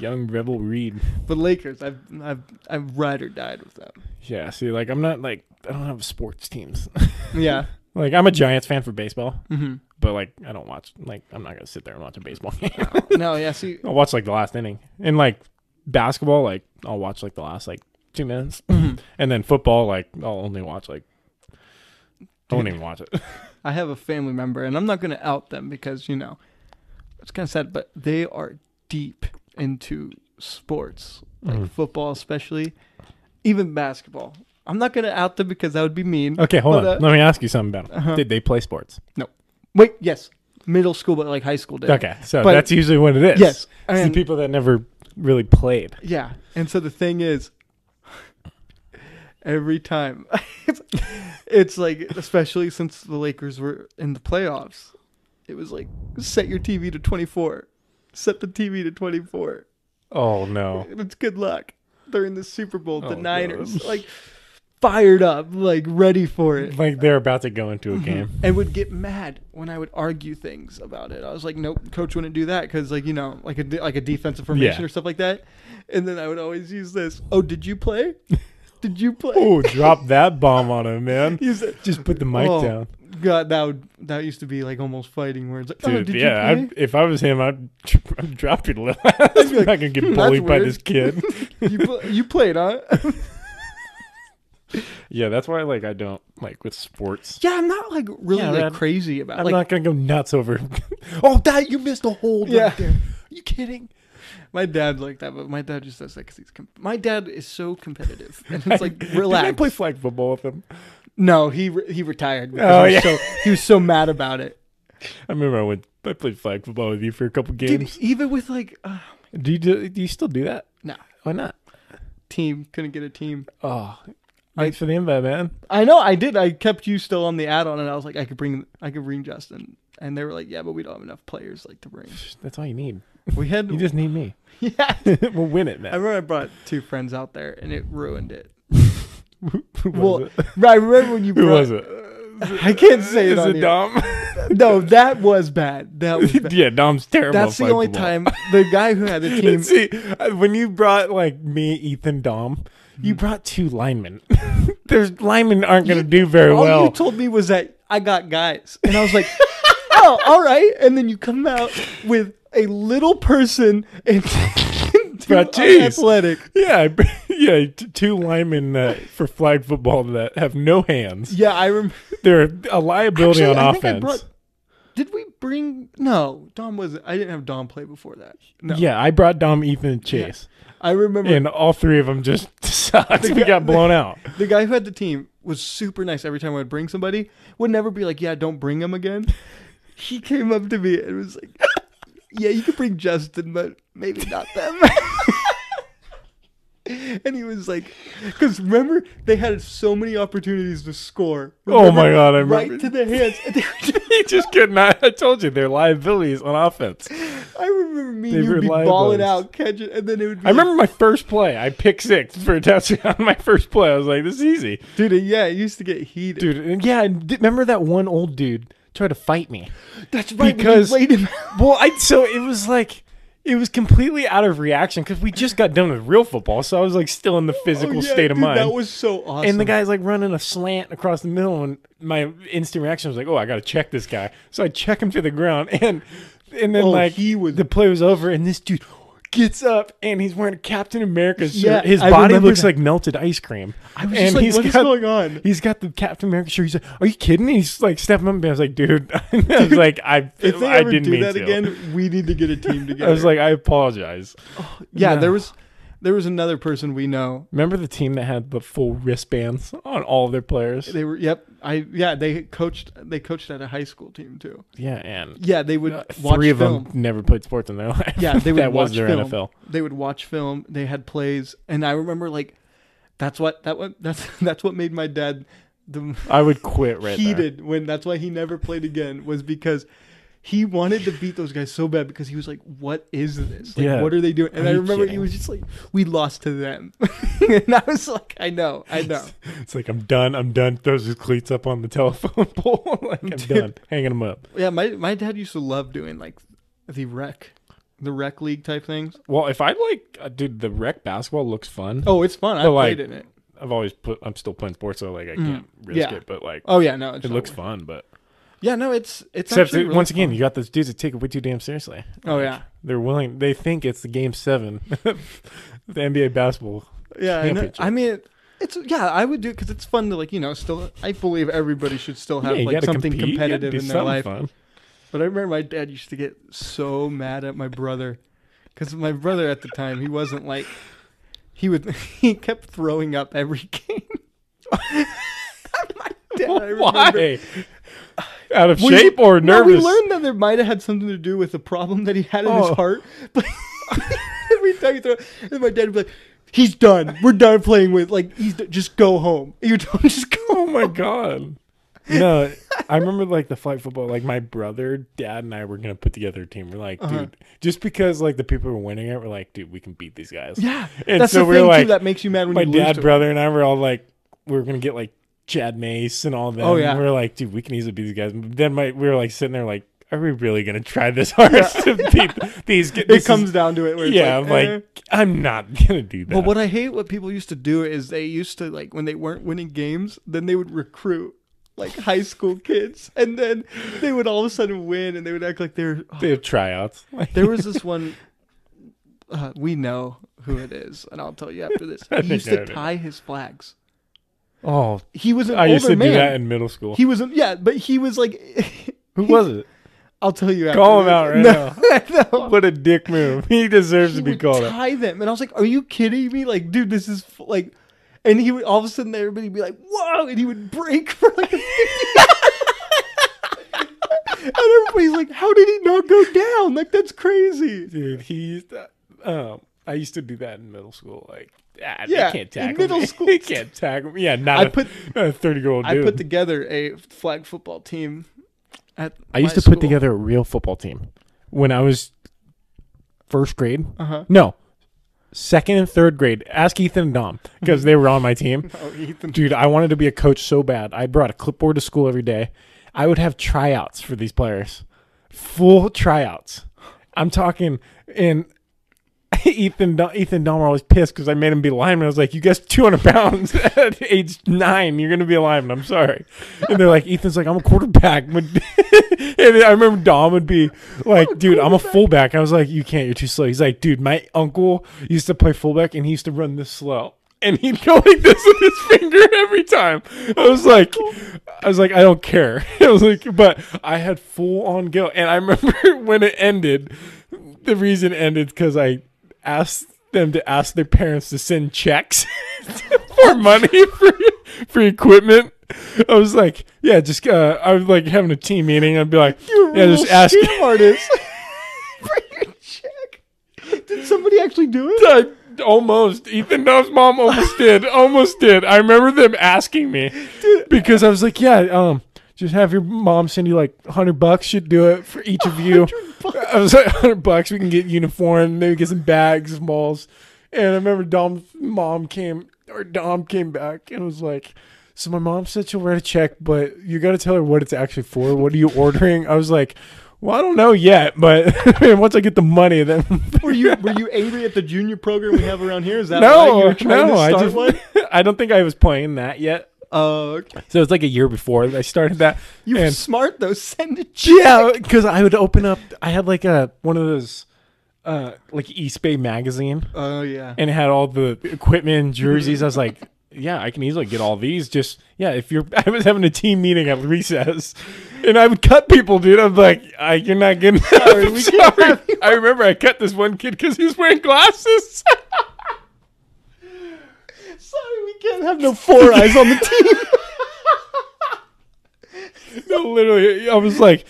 young rebel Reed. But Lakers, I've I've I've ride or died with them. Yeah, see, like I'm not like I don't have sports (laughs) teams. Yeah. like I'm a Giants fan for baseball, hmm but like I don't watch. Like I'm not gonna sit there and watch a baseball (laughs) game. No, yeah. See, I'll watch like the last inning, and like basketball, like I'll watch like the last like two minutes, Mhm. and then football, like I'll only watch like I won't even watch it. I have a family member, and I'm not going to out them because you know it's kind of sad, but they are deep into sports, like Mhm. football especially, even basketball. I'm not going to out them because that would be mean. (laughs) Okay, hold But, on. uh, Let me ask you something about them. Uh-huh. Did they play sports? Wait, yes, middle school, but like high school did. Okay, so But- that's usually what it is. Yes, it's and- the people that never really played. Yeah. And so the thing is, every time, (laughs) it's, it's like, especially since the Lakers were in the playoffs, it was like, set your TV to 24. Set the TV to 24. Oh no. It's good luck. They're in the Super Bowl, Oh, the God. Niners. Like, fired up, like, ready for it. Like they're about to go into a game. And would get mad when I would argue things about it. I was like, "Nope, coach wouldn't do that because, like, you know, like a de- like a defensive formation Yeah. or stuff like that." And then I would always use this. Oh, did (laughs) you play? did you play? Oh, drop that bomb on him, man. Use (laughs) it. Just put the mic Oh, down. God, that would that used to be like almost fighting words. Like, oh, Dude, did yeah, you I'd, play? if I was him, I'd, (laughs) I'd drop your lip. (laughs) I'm not going to "Hmm, get (laughs) that's bullied by weird." this (laughs) kid. (laughs) you, pl- you played, (laughs) huh? yeah, that's why like I don't like with sports. yeah, I'm not like really Yeah, like I'm- crazy about I'm like (laughs) not going to go nuts over. (laughs) oh, that you missed a hold Yeah. right there. you kidding? my dad like that, but my dad just does that because he's com- my dad is so competitive (laughs) and I- it's like Did relax. I play flag football with him? No, he re- he retired. because Oh, he was yeah. so, he was so mad about it. I remember I went. I played flag football with you for a couple Dude, games. even with like uh, do you do, do you still do that? no Why not? team, couldn't get a team. Oh, I- thanks for the invite, man. I know I did. I kept you still on the add-on, and I was like, I could bring, I could bring Justin, and they were like, yeah, but we don't have enough players like to bring. That's all you need. We had, You just need me. (laughs) yeah. we'll win it, I man. remember I brought two friends out there, and it ruined (laughs) it. Who was well, it? (laughs) I remember when you Who brought, was it? I (laughs) can't say Is it on it here. Dom? (laughs) No, that was bad. (laughs) That was bad. yeah, Dom's terrible. That's at the only flag time the guy who had (laughs) the football. team. See, uh, when you brought like me, Ethan, Dom, you brought two linemen. (laughs) There's linemen aren't going to do very all well. you told me was that I got guys, and I was like, (laughs) "Oh, all right." And then you come out with a little person and (laughs) two But geez. athletic. (laughs) yeah, I br- yeah, t- two linemen uh, for flag football that have no hands. Yeah, I remember. They're a liability on I offense. think I brought- did we bring? No, Dom wasn't. I didn't have Dom play before that. No, Yeah, I brought Dom, Ethan, and Chase, I remember and all three of them just (laughs) sucked. We got blown (laughs) out. the guy who had the team was super nice. Every time I would bring somebody, would never be like, "Yeah, don't bring him again." He came up to me and was like, (laughs) "Yeah, you could bring Justin, but maybe not them." (laughs) and he was like, "Cause remember they had so many opportunities to score. Oh my Remember? God, I Right remember. to the hands." (laughs) And they- he just could not. I told you, they're liabilities on offense. I remember me They and you were would be live balling bugs. out, catch it, and then it would be. I remember my first play. I picked six for a touchdown. (laughs) My first play, I was like, "This is easy, dude. Yeah, it used to get heated. dude." And yeah, and d- remember that one old (laughs) dude tried to fight me? That's right. because- Because Well, I so it was like it was completely out of reaction because we just got done with real football, so I was like still in the physical state of mind. Oh, That was so awesome. And the guy's like running a slant across the middle, and my instant reaction was like, "Oh, I gotta check this guy." So I check him to the ground, (laughs) and and then Oh, like he was- the play was over, and this dude gets up and he's wearing a Captain America shirt. Yeah, His I body remember looks that. like melted ice cream. I was and just like, he's what is got- going on? He's got the Captain America shirt. He's like, "Are you kidding me?" He's like stepping up, and I was like, "Dude," (laughs) I was like, (laughs) "I, If they I ever didn't do mean that to." again, we need to get (laughs) a team together. I was like, "I apologize." yeah, no. there was, there was another person we know. Remember the team that had the full wristbands on all of their players? They were, yep, I yeah, they coached, they coached at a high school team too. Yeah, and Yeah, they would uh, watch three of film. them never played sports in their (laughs) life. Yeah, they would that watch was their film. NFL. They would watch film. They had plays, and I remember like, that's what that what (laughs) that's that's what made my dad the I would quit right there. heated when that's why he never played again was because he wanted to beat those guys so bad because he was like, "What is this? Like, Yeah. what are they doing?" And Are I you remember he kidding? was just like, "We lost to them," (laughs) and I was like, "I know, (laughs) I know." It's like I'm done. I'm done. Throws his cleats up on the (laughs) telephone pole. (laughs) like I'm Dude. done hanging them up. yeah, my my dad used to love doing like the rec, the rec league type things. Well, if I like, uh, dude, the rec basketball looks fun. Oh, it's fun. I But, like- played in it. I've always put. I'm still playing sports, so like I Mm. can't risk Yeah. it. But like, Oh yeah, no, it's it not looks worth- fun. But Yeah, no, it's it's except actually that- really once again, fun. you got those dudes that take it way too damn seriously. Oh yeah, They're willing. They think it's the game seven, (laughs) the NBA basketball. yeah. I, know. Championship. I mean, it's yeah. I would do because it's fun to like you know. Still, I believe everybody should still have yeah, you like gotta something compete. You gotta competitive do in their something life. (laughs) fun. But I remember my dad used to get so mad at my brother because my brother at the time he wasn't like he would (laughs) he kept throwing up every game. (laughs) my (laughs) dad, I remember- (laughs) Why? Out of We- shape or No, we nervous? learned that it might have had something to do with the problem that he had in Oh. his heart. (laughs) But every time you throw, and my dad would be like, "He's done. We're done playing with. Like, he's d- just go home. (laughs) You don't just go." oh my god. No, I remember like the flag football. Like my brother, dad, and I were gonna put together a team. We're like, Uh-huh. dude, just because like the people were winning it, we're like, dude, we can beat these guys. Yeah, And that's so the we're thing like, too that makes you mad when my you lose dad, to brother, and I were all like, we were gonna get like Chad Mace and all that. Oh, yeah. we were like, dude, we can easily beat these guys. But then my, we were like sitting there like, are we really gonna try this (laughs) hard to beat these? It comes down to it. Where it's yeah, like, I'm eh. like, I'm not gonna do that. But what I hate what people used to do is they used to like when they weren't winning games, then they would recruit like high school kids, and then they would all of a sudden win, and they would act like they're. they have tryouts. Like, There was this one. Uh, we know who it is, and I'll tell you after this. (laughs) I He used think I to know. tie his flags. oh, He was an I older used to man. do that in middle school. he was, an, yeah, but he was like, Who was it? (laughs) I'll tell you after. (laughs) Call him this. out right (laughs) now. What a dick move. He deserves to he be would called out. tie them, and I was like, "Are you kidding me? Like, dude, this is f- like," and he would all of a sudden everybody would be like, "Whoa!" and he would break (laughs) for like a fifty. (laughs) and everybody's like, "How did he not go down? Like, that's crazy." Dude, he used to, um, I used to do that in middle school. Like, ah, Yeah, they can't in tackle middle me. (laughs) school. they can't tackle me. Yeah, not I a- put- not a 30 year old I dude. put together a flag football team. At I used my to school. put together a real football team when I was first grade. Uh-huh. No, second and third grade. Ask Ethan and Dom because they were on my team. (laughs) (laughs) Oh, Ethan. Dude, I wanted to be a coach so bad. I brought a clipboard to school every day. I would have tryouts for these players, full tryouts. I'm talking, and (laughs) Ethan Do- Ethan Dahmer was pissed because I made him be a lineman. I was like, "You guys, 200 pounds (laughs) at age nine, you're gonna be a lineman." I'm sorry, and they're like, "Ethan's like, I'm a quarterback." (laughs) and I remember Dom would be like, "Dude, I'm a fullback." I was like, "You can't, you're too slow." He's like, "Dude, my uncle used to play fullback and he used to run this slow." And he'd go (laughs) like this with his finger every time. I was like, I was like, I don't care. (laughs) I was like, but I had full on guilt. And I remember (laughs) when it ended, the reason ended because I asked them to ask their parents to send checks (laughs) for money (laughs) for for equipment. I was like, yeah, just uh, I was like having a team meeting. I'd be like, You're yeah, just ask. scheme artist. (laughs) For your check. Did somebody actually do it? (laughs) I almost Ethan Dove's mom almost did, almost did. I remember them asking me because I was like, yeah, um, just have your mom send you like hundred bucks. Should do it for each of you. I was like, (laughs) hundred bucks. We can get uniform, maybe get some bags, some balls. And I remember Dom's mom came or Dom came back and was like, "So my mom said she'll write a check, but you got to tell her what it's actually for. What are you ordering?" I was like, Well, I don't know yet, but (laughs) once I get the money, then Were you were (laughs) you angry at the junior program we have around here? Is that why you no, were trying no, to I start just (laughs) one? I don't think I was playing that yet. Oh, okay. So it's like a year before that I started that. you were And- smart though. Send it. Yeah, because I would open up. I had like a one of those, uh, like East Bay magazine, (laughs) Oh yeah. and it had all the equipment and jerseys. I was like, yeah, I can easily get all these. Just yeah, if you're, (laughs) I was having a team meeting at recess, and I would cut people, dude. I'm like, I, you're not (laughs) getting. Sorry, I'm we can't sorry. (laughs) have I remember I cut this one kid because he was wearing glasses. (laughs) Sorry, we can't have (laughs) no four eyes on the (laughs) team. no, literally, I was like,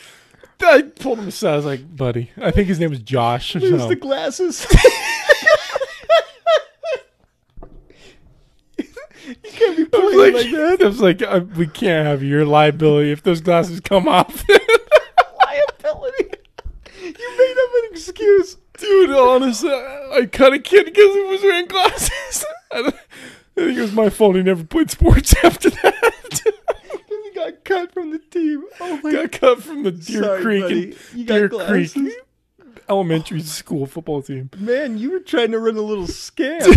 I pulled him aside. I was like, buddy, I think his name was Josh. or There's something. (laughs) the (laughs) glasses. you can't be I was playing like, like, that. I was like, uh, we can't have your liability if those glasses come off. (laughs) Liability. You made up an excuse. Dude, honestly, I cut a kid because he was wearing glasses. (laughs) I don't- I think it was my fault. He never played sports (laughs) after that. (laughs) Because he got cut from the team. Oh my Got cut from the Deer Sorry, Creek buddy. You and got Deer glasses. Creek elementary school football team. Man, you were trying to run a little (laughs) scam. $300.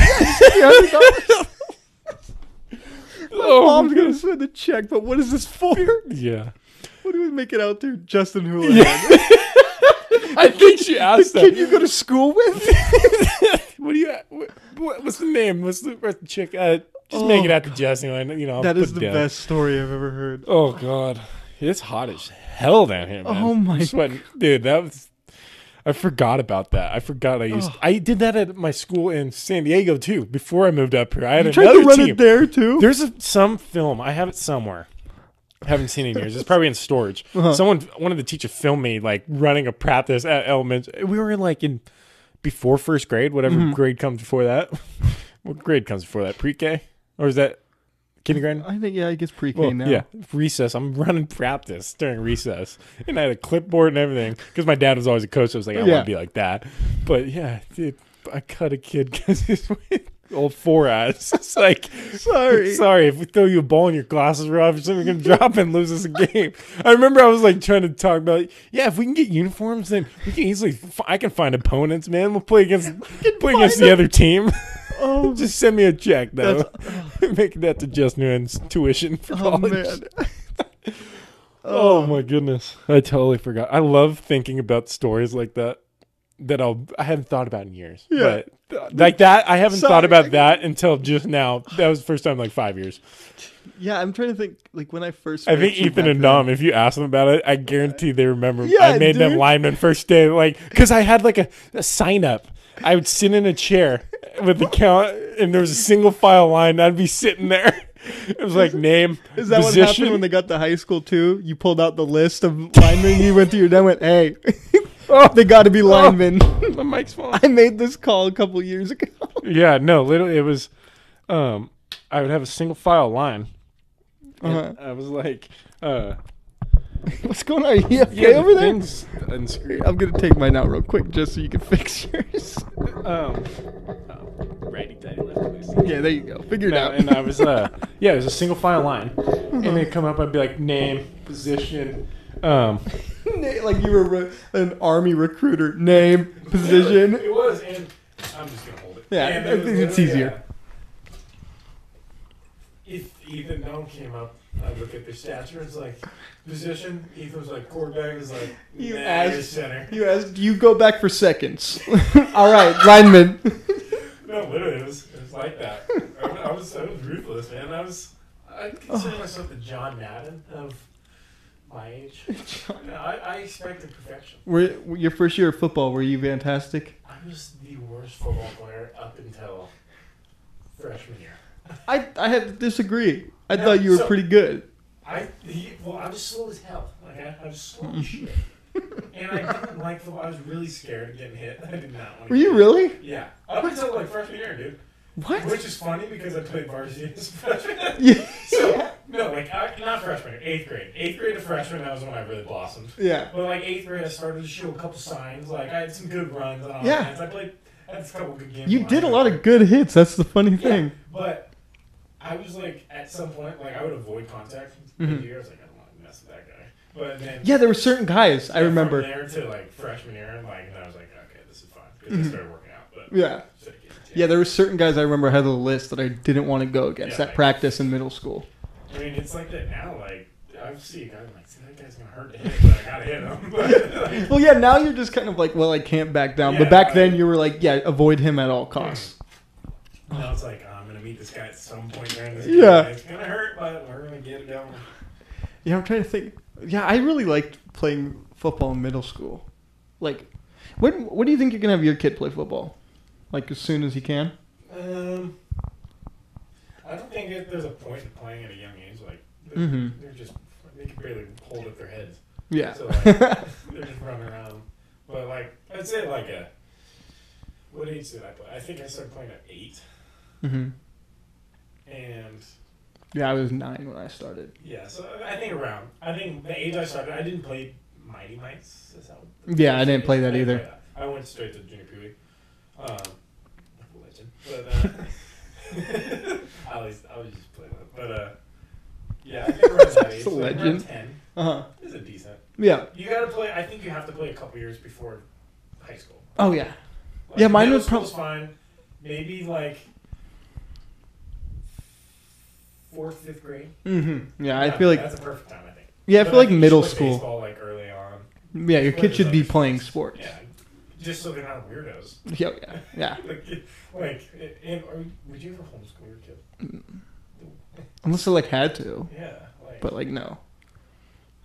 Oh, Mom's my gonna God. send a check, but what is this for? yeah. What do we make it out to? Justin Houlihan. I think she asked Kid that. you go to school with? (laughs) what do you? What, what- what's the name? What's the, what's the chick? Uh, just make it out to Jesse. and, You know I'll Oh, that is put the it down. best story I've ever heard. Oh god, it's hot as hell down here, man. Oh, my I'm sweating, dude. That was. I forgot about that. I forgot I used. I did that at my school in San Diego too. Before I moved up here, I had You tried another to run team. it there too? There's a, some film. I have it somewhere. I haven't seen it in years. It's probably in storage. Uh-huh. Someone wanted to teach a film me like running a practice at elements. We were in like in before first grade, whatever Mm-hmm. grade comes before that. (laughs) what grade comes before that? Pre-K or is that kindergarten? I think yeah, I guess pre-K Well, now. yeah, recess. I'm running practice during recess, and I had a clipboard and everything because my dad was always a coach. So I was like, I Yeah. want to be like that. But yeah, dude, I cut a kid because (laughs) he's with old four eyes. (laughs) It's (laughs) like, (laughs) Sorry. sorry, if we throw you a ball and your glasses are off, you're gonna drop and lose us a game. I remember I was like trying to talk about, yeah, if we can get uniforms, then we can easily. F- I can find opponents, man. We'll play against play against the other team. (laughs) Oh, Just send me a check though. (laughs) Make that to Just Nguyen's tuition for oh college. man. (laughs) Oh my goodness. I totally forgot. I love thinking about stories like that that I'll I haven't thought about in years. Yeah. But th- like that, I haven't thought Sorry. about that until just now. That was the first time in, like five years. Yeah, I'm trying to think. Like when I first. I think met you Ethan back and then. Dom, if you ask them about it, I guarantee they remember. Yeah, I made them dude. lineman first day, like because I had like a, a sign up. I would sit in a chair with the count, and there was a single file line. I'd be sitting there. (laughs) It was like name, Is that position. what happened when they got to high school too? You pulled out the list of linemen. you went to your dad. and Went, hey, (laughs) oh, they got to be linemen. Oh. (laughs) my mic's falling. I made this call a couple years ago. (laughs) Yeah, no, literally it was um I would have a single file line. and Uh-huh. I was like, uh What's going on? Are you okay yeah, the over there? things unscrewed. I'm gonna take mine out real quick just so you can (laughs) fix yours. Um oh, righty tighty left yeah, there you go. Figure it out. and I was (laughs) uh yeah, it was a single file line. Uh-huh. And they'd come up, I'd be like name, position, um Na- like you were re- an army recruiter. Name, position. It was and I'm just gonna hold it. Yeah, And it it's- was it's literally, easier. yeah. If Ethan Gnome came up, I'd look at their stature. It's like position. Ethan was like quarterback. Is like You nah, ass- you're center. You asked. You go back for seconds. (laughs) All right, lineman. No, literally, it was, it was like that. I, wa- I was I was ruthless, man. I was I consider myself the John Madden of my age. No, I, I expected perfection. (laughs) Were, your first year of football, were you fantastic? I'm just the worst football player up until freshman year. I, I had to disagree. I Yeah, thought you were so- pretty good. I he, well, I was slow as hell. Like I, I was slow as (laughs) shit, and I didn't like football. I was really scared of getting hit. (laughs) I did not want. Were you really? Yeah, up until like freshman year, dude. What? Which is funny because I played varsity as a freshman. (laughs) Yeah. So no, like I, not freshman, year, eighth grade. Eighth grade to freshman, that was when I really blossomed. Yeah. But like eighth grade, I started to show a couple signs. Like I had some good runs on Yeah. offense. I played. I had a couple good games. You on did a offense. lot of good hits. That's the funny Yeah, thing. But I was like, at some point, like I would avoid contact with Mhm. you. I was like, I don't want to mess with that guy. But then Yeah, there were certain guys I from remember. there to like freshman year, and like, and I was like, okay, this is fine because I started working out. But Mm-hmm. Yeah. so it gets intense. Yeah, there were certain guys I remember had on the list that I didn't want to go against Yeah, at like- practice in middle school. I mean, it's like that now. Like, I see a guy, I'm like, see, that guy's gonna hurt to hit, but I gotta hit him. (laughs) (laughs) But, like, (laughs) Well, yeah, now you're just kind of like, well, I can't back down. Yeah, but back then right. you were like, yeah, avoid him at all costs. now it's like, oh, I'm gonna meet this guy at some point during this. Yeah. game. It's gonna hurt, but we're gonna get it going. Yeah, I'm trying to think. Yeah, I really liked playing football in middle school. Like, when what do you think you're gonna have your kid play football? Like as soon as he can. Um, I don't think that there's a point to playing at a young age. Like, they're, Mhm. they're just they can barely hold up their heads. Yeah. (laughs) So uh, like, they're just running around. But like, I'd say like a what age did I play? I think I started playing at eight, hmm and Yeah, I was nine when I started. yeah, so I think around. I think the age I started, I didn't play Mighty Mites. Is that what Yeah, I didn't play that either. I went straight to junior pee wee. Um, legend, but uh, (laughs) I always I always just play that. But uh, yeah, I think around (laughs) that age, A like, around legend. ten Uh huh. is a decent. Yeah. You gotta play. I think you have to play a couple years before high school. Oh yeah. Yeah, mine middle was prob- school's fine. Maybe like fourth, fifth grade. Mm-hmm. Yeah, I feel like that's a perfect time. I think. yeah, I But feel like think you middle should play school. Baseball like early (laughs) on. Yeah, your Whatever kid should be those- playing sports. Yeah, just so they're not weirdos. Yeah, oh, yeah, yeah. (laughs) like, you- like, and are, you- would you ever homeschool your kid? Unless they like had to, Yeah, like, Mm. but like no.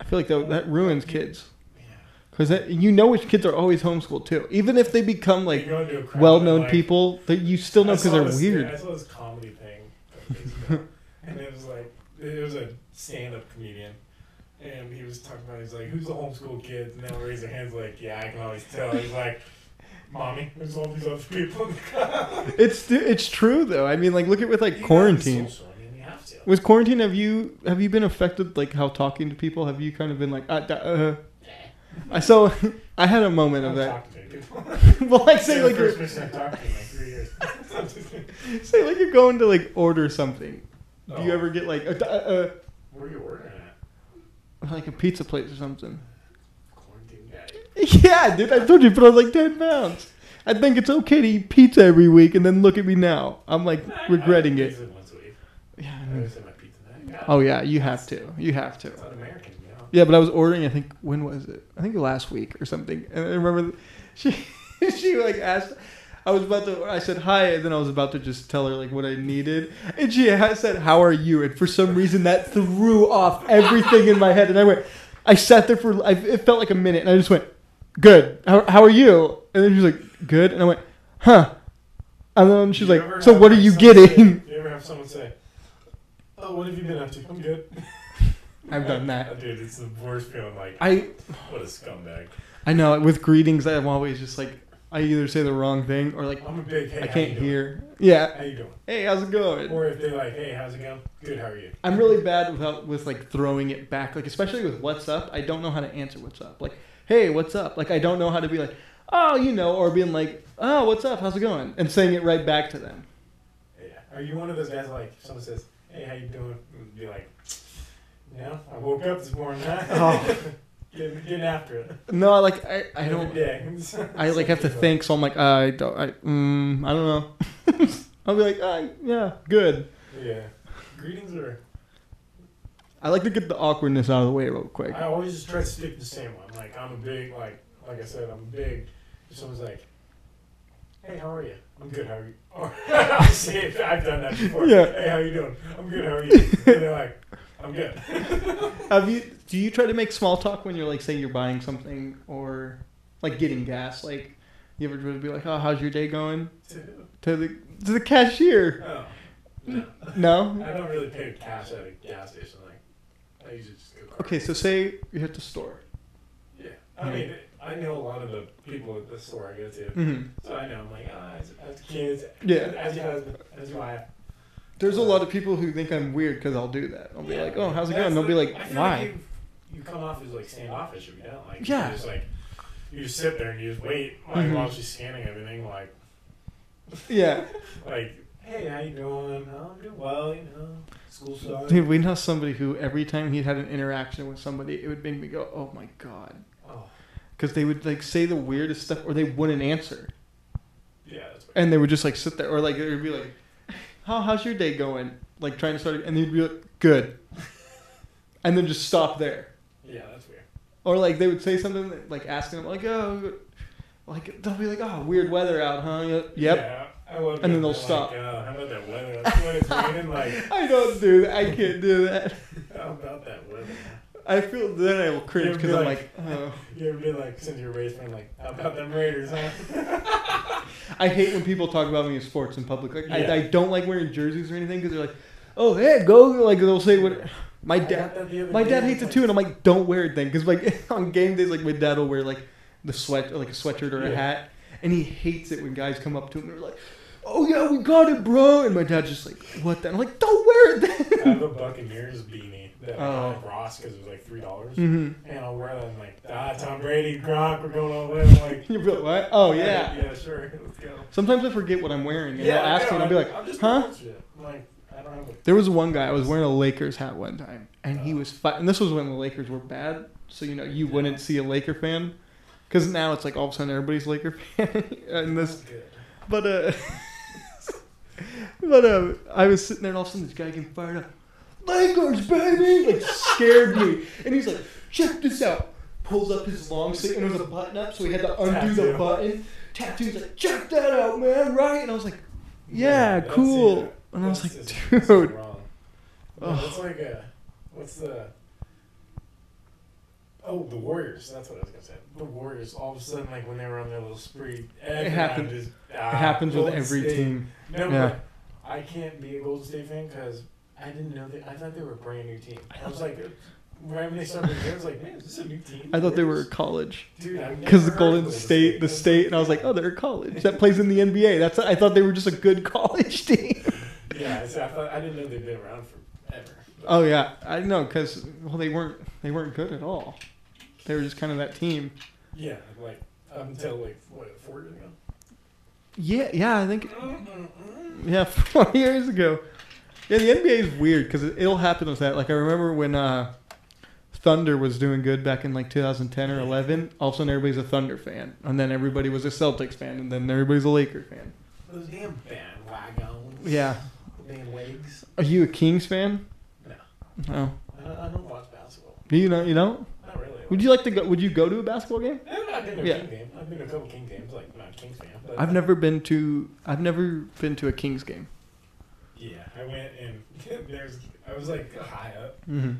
I feel like that that ruins kids yeah. because you know which kids are always homeschooled too. Even if they become You like go into a crowd well-known and, like, people, that you still know I because saw they're this- weird. I saw this comedy thing, a couple days (laughs) ago, and it was like it was a stand-up comedian, and he was talking about he's like, "Who's the homeschool kid?" And they'll raise their hands like, "Yeah, I can always tell." He's like, "Mommy, there's all these other people in the crowd." It's th- it's true though. I mean, like look at with You like gotta be quarantine. social, I mean, you have to. With quarantine, have you have you been affected like how talking to people? Have you kind of been like uh, da- uh? I saw (laughs) I had a I moment of Eh, don't that. talk to many people. (laughs) (laughs) well, like say You're the like first you're, person I've talked to in like three years. (laughs) say like you're going to like order something. Do you Oh. ever get like uh, da- uh, Where are you ordering at? uh, like a pizza place or something? (laughs) Quarantine guy. Yeah, dude, I told you, but I was like ten pounds. I think it's okay to eat pizza every week, and then look at me now. I'm like regretting I it. use Once a week. Yeah. I I know. always have my pizza night. Oh yeah, you have to. You have to. It's not American, you know. Yeah, but I was ordering. I think when was it? I think last week or something. And I remember she (laughs) she like asked. I was about to. I said hi, and then I was about to just tell her like what I needed, and she ha- said, "How are you?" And for some reason, that threw off everything in my head, and I went. I sat there for. I, it felt like a minute, and I just went, "Good. How, how are you?" And then she was like, "Good," and I went, "Huh." And then she's You like, ever "So have what are you someone getting?" Say, you ever have someone say, "Oh, what have you been up to?" I'm good. (laughs) I've done that. (laughs) Oh, dude, it's the worst feeling. Like, (laughs) I what a scumbag. I know with greetings I'm always just like I either say the wrong thing or like I'm a big. Hey, I how can't you doing? hear. Yeah. How you doing? Hey, how's it going? Or if they're like, "Hey, how's it going? Good. How are you?" I'm really bad without with like throwing it back. Like especially with what's up, I don't know how to answer what's up. Like, hey, what's up? Like I don't know how to be like, oh, you know, or being like, oh, what's up? How's it going? And saying it right back to them. Yeah. Are you one of those guys like someone says, "Hey, how you doing?" And be like, "Yeah, I woke up this morning." (laughs) Huh? Oh. getting, getting after it. No, like I, I Every don't. day. (laughs) I like have to think, so I'm like, I don't. I mm, I don't know. (laughs) I'll be like, uh, yeah, good. Yeah. Greetings are. I like to get the awkwardness out of the way real quick. I always just try to stick to the same one. Like I'm a big like like I said, I'm big. If someone's like, "Hey, how are you?" I'm good. How are you? (laughs) Or, I'll say it, I've done that before. Yeah. Hey, how you doing? I'm good. How are you? and they're like, "I'm (laughs) good." Oh, Have you? Do you try to make small talk when you're like, say, you're buying something or like getting gas? Like, you ever try to be like, "Oh, how's your day going?" to the to the cashier? oh, no. No. I don't really pay with cash at a gas station. Like I usually just go. card. Okay, so say you're at the store. Yeah. I mean, I know a lot of the people at the store I go to, Mm-hmm. so I know. I'm like, ah, as, as kids, Yeah. as your husband, as your wife. There's a lot of people who think I'm weird because I'll do that. I'll be Yeah. like, "Oh, how's it That's going?" They'll be the- like, I feel "Why?" you, you come off as like standoffish if you don't. Like, Yeah. You just like you just sit there and you just wait like, Mhm. while she's scanning everything. Like, Yeah. like Hey, how you doing? Oh, I'm doing well, you know. School started. Dude, we know somebody who every time he had an interaction with somebody, it would make me go, "Oh my god," Oh, because they would like say the weirdest stuff or they wouldn't answer, yeah, that's right. and they would just like sit there or like it would be like, "How how's your day going?" Like trying to start, it, and they'd be like, "Good," and then just stop there. Yeah, that's weird. Or like they would say something that- like asking them like, "Oh," like they'll be like, "Oh, weird weather out, huh?" Yep. Yeah, I love And it. then they'll Like, stop. uh, how about that weather? That's what it's raining like. (laughs) I don't do that. I can't do that. How about that weather? I feel then I will cringe You'd be because I'm like, like- oh. You ever been like, since you're a Rays fan, like, how about them Raiders, huh? I hate when people talk about me in sports in public. Like, Yeah. I, I don't like wearing jerseys or anything because they're like, oh hey, go like they'll say what. My I got dad, that the other my day, dad hates it like- too, and I'm like, don't wear it then because like (laughs) on game days, like my dad will wear like the sweat or like a sweatshirt or a Yeah. hat, and he hates it when guys come up to him and they're like, oh yeah, we got it, bro, and my dad's just like, what then? I'm like, don't wear it then. I have a Buccaneers beanie that I got Oh. at Ross because it was like three dollars, (laughs) Mhm. and I'll wear that. And like, ah, Tom Brady, Gronk, we're going all the way. I'm like, You be like, what? (laughs) Oh yeah. yeah, sure, let's go. Sometimes I forget what I'm wearing, and Yeah, I'll ask I him, know, and I'll be like, I'm just huh? going with you. I'm like, I don't have a. (laughs) There was one guy I was wearing a Lakers hat one time, and he was fighting. And this was when the Lakers were bad, so you know you wouldn't see a Laker fan, because now it's like all of a sudden everybody's Laker (laughs) fan. and this, That's good. but uh, (laughs) but uh, I was sitting there, and all of a sudden this guy came fired up, Lakers baby, like scared me, and he's like, check this out. Pulls up his long sleeve, and it was a button up, so he had to undo the Tattoo. button. Tattoo's like, check that out, man, right? And I was like, yeah, that's cool. either- and I was that's like, just- dude. that's so wrong. No, Ugh. That's like a, what's the? Oh, the Warriors. That's what I was gonna say. The Warriors. All of a sudden, like when they were on their little spree, everyone happens- Just, ah, It happens with Golden every State. team. No, Yeah. but I can't be a Golden State fan because I didn't know that. I thought they were a brand new team. I was like, right when they started, the game, I was like, man, is this a new team? I thought they were Warriors? college Dude, I've never because the heard of Golden State, the state, and I was like, oh, they're a college that plays in the NBA. That's I thought they were just a good (laughs) college team. Yeah, so I thought I didn't know they'd been around forever. Oh yeah, I know because well they weren't they weren't good at all. They were just kind of that team. Yeah, like up until like what four years ago. Yeah, yeah, I think yeah (laughs) four years ago. Yeah, the NBA is weird because it, it'll happen with that. Like I remember when uh, Thunder was doing good back in like 2010 or 11. All of a sudden, everybody's a Thunder fan, and then everybody was a Celtics fan, and then everybody's a Laker fan. Those damn bandwagons. Yeah. Damn legs. Are you a Kings fan? No. No. I don't, I don't watch basketball. Do you know? You don't? Not really. Would you like to go? Would you go to a basketball game? I've been to a Yeah. King game. I've been to a couple King games. Like not a Kings fan. But I've never been to. I've never been to a Kings game. Yeah, I went and (laughs) there's. I was like high up. Mm-hmm.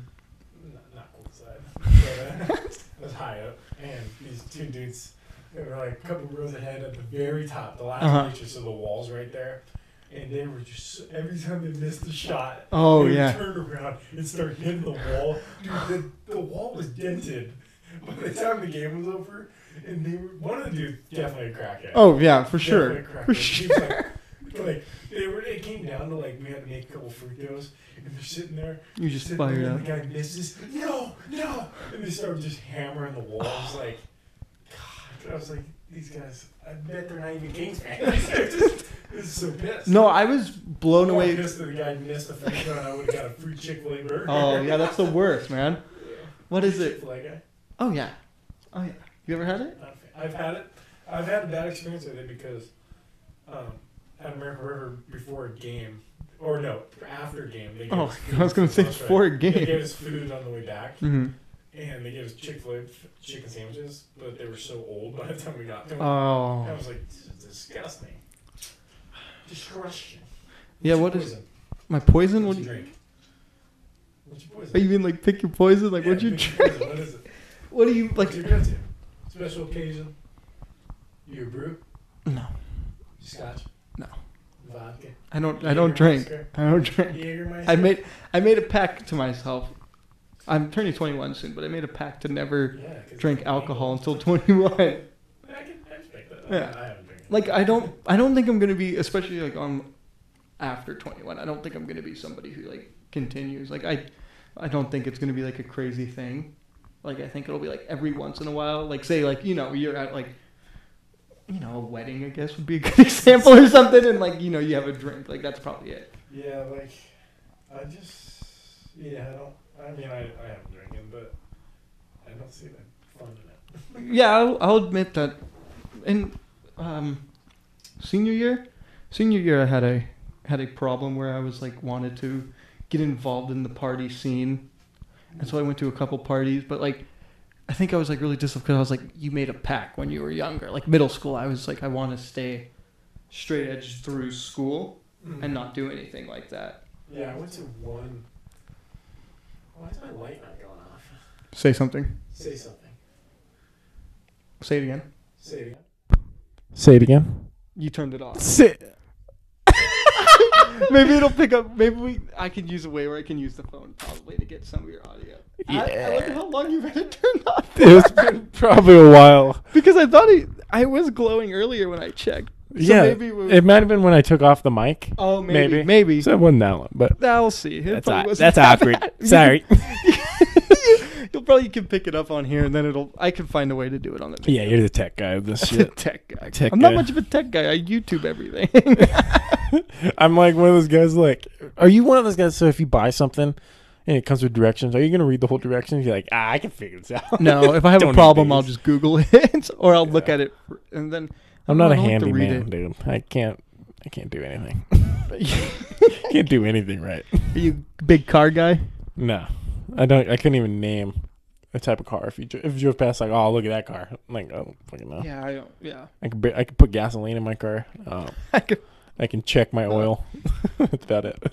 Not, not cool side. (laughs) But, uh, I was high up, and these two dudes. They were like a couple rows ahead at the very top, the last Uh-huh. picture, so the walls right there. And they were just every time they missed a shot, Oh, they would yeah. turn around and start hitting the wall. Dude, the, the wall was dented (laughs) by the time the game was over, and they were one of the dudes definitely a crackhead. Oh yeah, for Definitely sure. a crackhead. For He sure. was Like, like they were, it came down to like we had to make a couple free throws, and they're sitting there. You just sitting fired there, up. and The guy misses. No, no, and they started just hammering the wall. I was like, God. I was like, these guys. I bet they're not even Kings fans. (laughs) They're just, this is so pissed. No, I was blown I'm more away. pissed that the guy missed the free throw, and I would have got a free Chick Fil A burger. Oh yeah, that's the worst, man. What is it? Chick-fil-A guy. Oh yeah. Oh yeah. You ever had it? Not a fan. I've had it. I've had a bad experience with it because um, at American River before a game, or no, after game, they gave Oh, us food (laughs) I was gonna from say the bus, right? for a They game. gave us food on the way back, Mm-hmm. and they gave us Chick Fil A chicken sandwiches, but they were so old by the time we got to them. I Oh. was like, this is disgusting. Disgusting. Yeah, What's what your is- poison? My poison. What? What's do your you- drink? What's your Are poison? you mean like pick your poison? Like Yeah, what'd you what's your drink? poison? What is it? What do you What's (laughs) like? your go-to? Special occasion. You a brew? No. Scotch? No. Vodka? I don't. I don't drink. I don't drink. Jägermeister? I made I made a pact to myself. I'm turning 21 soon, but I made a pact to never Yeah, 'cause- drink alcohol until 21. I can I respect that. Yeah. I, I haven't drank it. Like I don't I don't think I'm gonna be especially like on after 21. I don't think I'm gonna be somebody who like continues. Like I I don't think it's gonna be like a crazy thing. Like I think it'll be like every once in a while. Like say like you know you're at like you know, a wedding, I guess, would be a good (laughs) example or something. And like, you know, you have a drink. Like, that's probably it. Yeah, like I just yeah, I don't. I mean, I I am drinking, but I don't see that fun in it. Yeah, I'll, I'll admit that. In um, senior year, senior year, I had a had a problem where I was like wanted to get involved in the party scene, and so I went to a couple parties. But like, I think I was like really disciplined. 'cause I was like, you made a pact when you were younger, like middle school. I was like, I want to stay straight edge through school and not do anything like that. Mm. Yeah, I went to one. Why is my light not going off? Say something. Say something. Say it again. Say it again. Say it again. You turned it off. Say. (laughs) maybe it'll pick up. Maybe we. I can use a way where I can use the phone probably to get some of your audio. I, I wonder how long you've had it turned off. (laughs) It was been probably a while. Because I thought it, I was glowing earlier when I checked. So yeah, Maybe we, it might have been when I took off the mic. oh, maybe. maybe. Maybe. So it wasn't that long, (laughs) but I'll see. It that's probably aw- that's wasn't that awkward. bad. (laughs) Sorry. You'll probably can pick it up on here, and then it'll. I can find a way to do it on the. yeah, you're the tech guy of this video. shit. The (laughs) tech guy. Tech I'm not guy. much of a tech guy. I YouTube everything. (laughs) I'm like one of those guys. Like, are you one of those guys? So if you buy something and it comes with directions, are you gonna read the whole directions? You're like, ah, I can figure this out. no, if I (laughs) have Don't a need problem, these. I'll just Google (laughs) it, or I'll look Yeah. at it, for- and then. I'm not I a don't like to handy read man, it. dude. I can't. I can't do anything. (laughs) (laughs) can't do anything right. Are you a big car guy? No, I don't. I couldn't even name a type of car. If you dr- if you drove past, like, oh, look at that car. I'm like, I don't fucking know. Yeah, I don't. Yeah. I could ba- I could put gasoline in my car. Um, I could- (laughs) I can check my Oh. oil. (laughs) That's about it.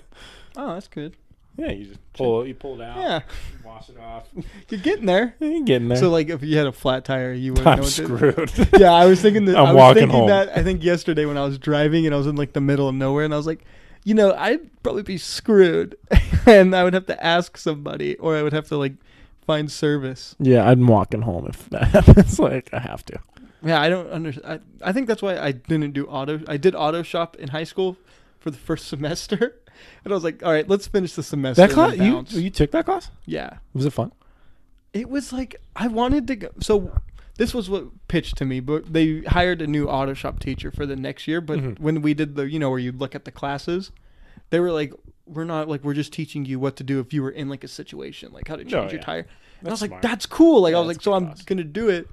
oh, that's good. Yeah, you just pull you pull it out. Yeah, wash it off. you're getting there. (laughs) You can get in there. So, like, if you had a flat tire, you wouldn't know I'm what to- screwed. (laughs) yeah, I was thinking that. I'm I was walking thinking home. that. I think yesterday when I was driving and I was in like the middle of nowhere and I was like, you know, I'd probably be screwed, (laughs) and I would have to ask somebody or I would have to like find service. Yeah, I'm walking home if that (laughs) happens. Like, I have to. Yeah, I don't understand. I, I think that's why I didn't do auto. I did auto shop in high school for the first (laughs) semester, and I was like, all right, let's finish the semester. That and then class, you bounce." you took that class? yeah. Was it fun? it was like I wanted to go. So this was what pitched to me, but they hired a new auto shop teacher for the next year. But Mhm. when we did the, you know, where you look at the classes, they were like, "We're not like we're just teaching you what to do if you were in like a situation, like how to change Oh, your yeah. tire." And I was That's like, smart. "That's cool." Like Yeah, I was that's like, "So good I'm class. gonna do it."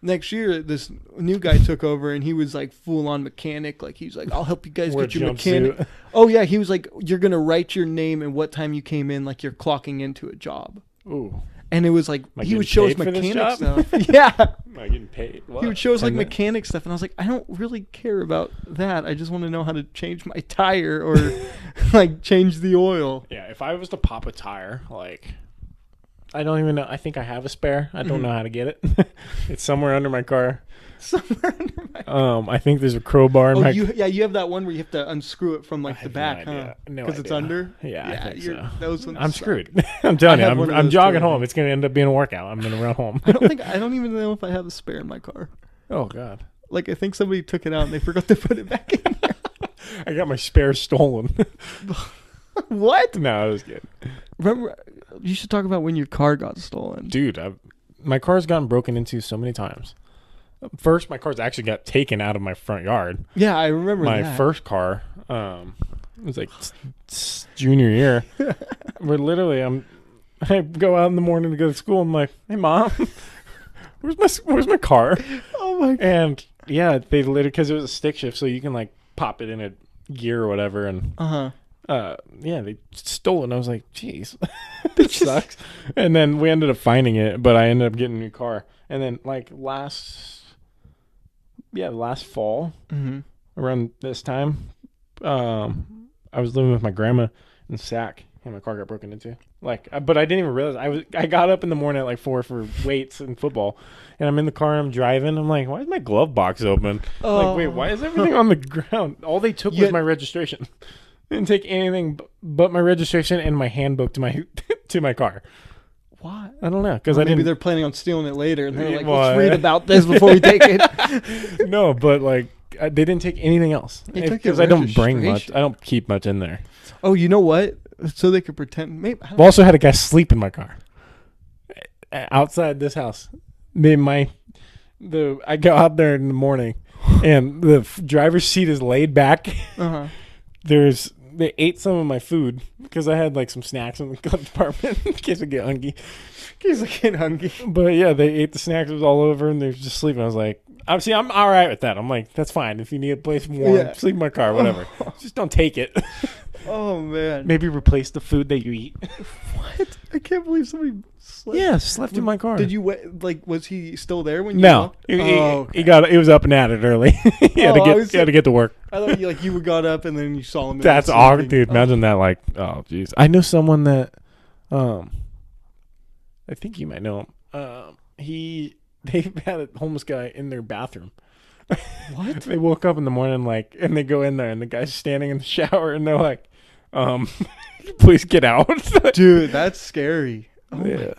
Next year, this new guy took over, and he was like full on mechanic. Like he's like, "I'll help you guys Wear get your a mechanic." jumpsuit. Oh yeah, he was like, "You're gonna write your name and what time you came in, like you're clocking into a job." Ooh. and it was like Am I he would getting show us paid for this mechanic job? (laughs) stuff. yeah, Am I getting paid? he would show us like And then- mechanic stuff, and I was like, I don't really care about that. I just want to know how to change my tire or (laughs) like change the oil. (laughs) Yeah, if I was to pop a tire, like Mm-hmm. I don't even know. I think I have a spare. I don't Mhm. know how to get (laughs) it. it's somewhere under my (laughs) car. Somewhere under my. Um, I think there's a crowbar in Oh, my. you yeah, you have that one where you have to unscrew it from I like the have no back, huh? idea. No Because it's idea. under. Yeah, I think you're- so. those ones. (laughs) I'm suck. screwed. (laughs) I'm telling I you, have I'm, one of I'm those jogging too, I home. think. It's gonna end up being a workout. I'm gonna run (laughs) home. (laughs) I don't think I don't even know if I have a spare in my car. oh god, Like I think somebody took it out and they forgot to put it (laughs) back in. I got my spare stolen. (laughs) what? no, it was good, Remember, you should talk about when your car got stolen. dude. I've, my car's gotten broken into so many times. First, my car's actually got taken out of my front yard. Yeah, I remember my that. first car um it was like s- s- junior year (laughs) we're literally i'm (laughs) i go out in the morning to go to school i'm like hey mom (laughs) where's my s- where's my car Oh my and yeah they literally because it was a stick shift so you can like pop it in a gear or whatever and Uh huh. uh yeah they stole it and i was like jeez (laughs) that sucks and then we ended up finding it but i ended up getting a new car and then like last yeah last fall Mm-hmm. around this time, um, I was living with my grandma in Sac, and my car got broken into. Like, I- but I didn't even realize I was. I got up in the morning at like four for weights and football, and I'm in the car and I'm driving. I'm like, why is my glove box open? Like, wait, why is everything Oh. on the ground? All they took was Yet- my registration. (laughs) They didn't take anything b- but my registration and my handbook to my (laughs) to my car. Why? I don't know because I Maybe didn't. they're planning on stealing it later, and they're Yeah, like, why? "Let's read about this before we take (laughs) it." no, but like I, they didn't take anything else They took your because I don't bring much. registration. I don't keep much in there. oh, you know what? So they could pretend. Maybe I don't- I've also had a guy sleep in my car outside this house. Me and my the I go out there in the morning and the f- driver's seat is laid back. Uh huh. There's they ate some of my food because I had like some snacks in the (laughs) compartment in case I get hungry. He's looking hungry. But yeah, they ate the snacks. It was all over, and they were just sleeping. I was like, I'm see, I'm all right with that. I'm like, that's fine. If you need a place warm, Yeah. sleep in my car, whatever. (laughs) just don't take it. Oh man. Maybe replace the food that you eat. What? I can't believe somebody slept. Yeah, just left in my car. Did you wet, like? Was he still there when you? No, walked? he, he- Oh, he got he was up and at it early. (laughs) he had Oh, I to get was he had to get to work. I thought you like you got up and then you saw him. That's awkward, awkward, dude. Imagine that. Like, oh, jeez. I know someone that, um, I think you might know him. Um, he (laughs) they had a homeless guy in their bathroom. What? (laughs) They woke up in the morning, like, and they go in there, and the guy's standing in the (laughs) shower, and they're like, um, (laughs) please get out, (laughs) dude. That's scary. Oh my- yeah.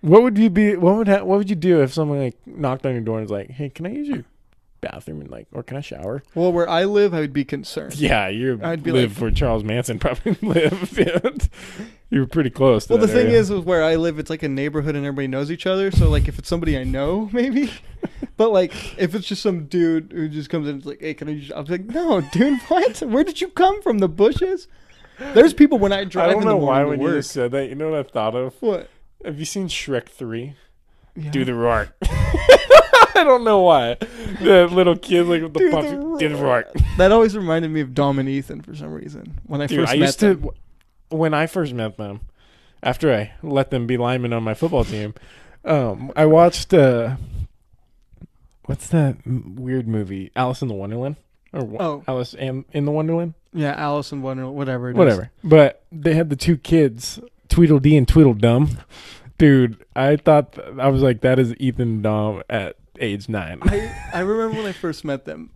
What would you be? What would ha- what would you do if someone like knocked on your door and was like, "Hey, can I use your bathroom and like, or can I shower?" Well, where I live, I would be concerned. (laughs) Yeah, you I'd be live like- where Charles Manson probably (laughs) lived. (laughs) dude. you were pretty close. To Well, the that thing area. is, is where I live, it's like a neighborhood and everybody knows each other. So, like, if it's somebody I know, (laughs) maybe. But like, if it's just some dude who just comes in, and is like, "Hey, can I?" Just, I'm like, "No, dude, (laughs) what? Where did you come from? The bushes?" There's people when I drive. I don't in the know why morning to when work. you just said that. You know what I thought of? What? Have you seen Shrek Three? Yeah. Do the roar. (laughs) I don't know why. The little kid like with the Do puppy the do the roar. (laughs) That always reminded me of Dom and Ethan for some reason when I Dude, first I met used them. to when I first met them. After I let them be linemen on my football team, um, I watched uh, what's that m- weird movie? Alice in the Wonderland or Wo- Oh. Alice and in the Wonderland? Yeah, Alice in Wonderland, whatever. it is. whatever. But they had the two kids, Tweedledee and Tweedledum. Dude, I thought th- I was like, that is Ethan Dom at age nine. I, I remember when I first met them.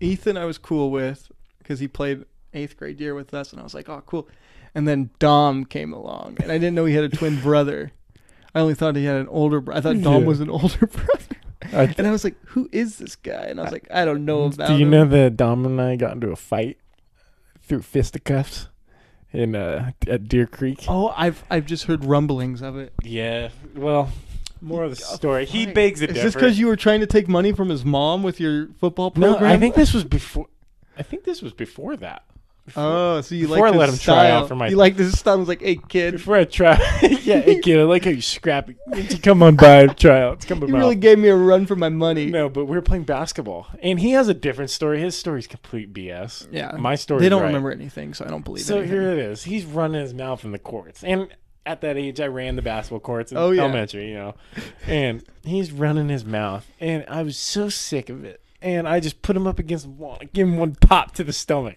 Ethan, I was cool with because he played eighth grade year with us, and I was like, oh, cool. And then Dom came along, and I didn't know he had a (laughs) twin brother. I only thought he had an older brother. I thought Dom Yeah. was an older (laughs) brother. I th- And I was like, who is this guy? And I was like, I don't know about Do you him. know that Dom and I got into a fight through fisticuffs in uh, at Deer Creek? Oh, I've I've just heard rumblings of it. Yeah. Well, more of the story. He Why? begs Is this because you were trying to take money from his mom with your football program? No, I think this was before. I think this was before that. Oh, so you Before I like let this him try out style. for my- You like this style? I was like, hey kid, Before I try, (laughs) yeah, hey, kid, I like how you scrap it. Come on by, try out. (laughs) Come you by. really gave me a run for my money. No, but we were playing basketball, and he has a different story. His story's complete BS. Yeah. my story. They don't remember anything, so I don't believe So anything. here it is. He's running his mouth in the courts, and at that age, I ran the basketball courts in Oh, yeah. elementary, you know. And he's running his mouth, and I was so sick of it. And I just put him up against the wall, and give him one pop to the stomach.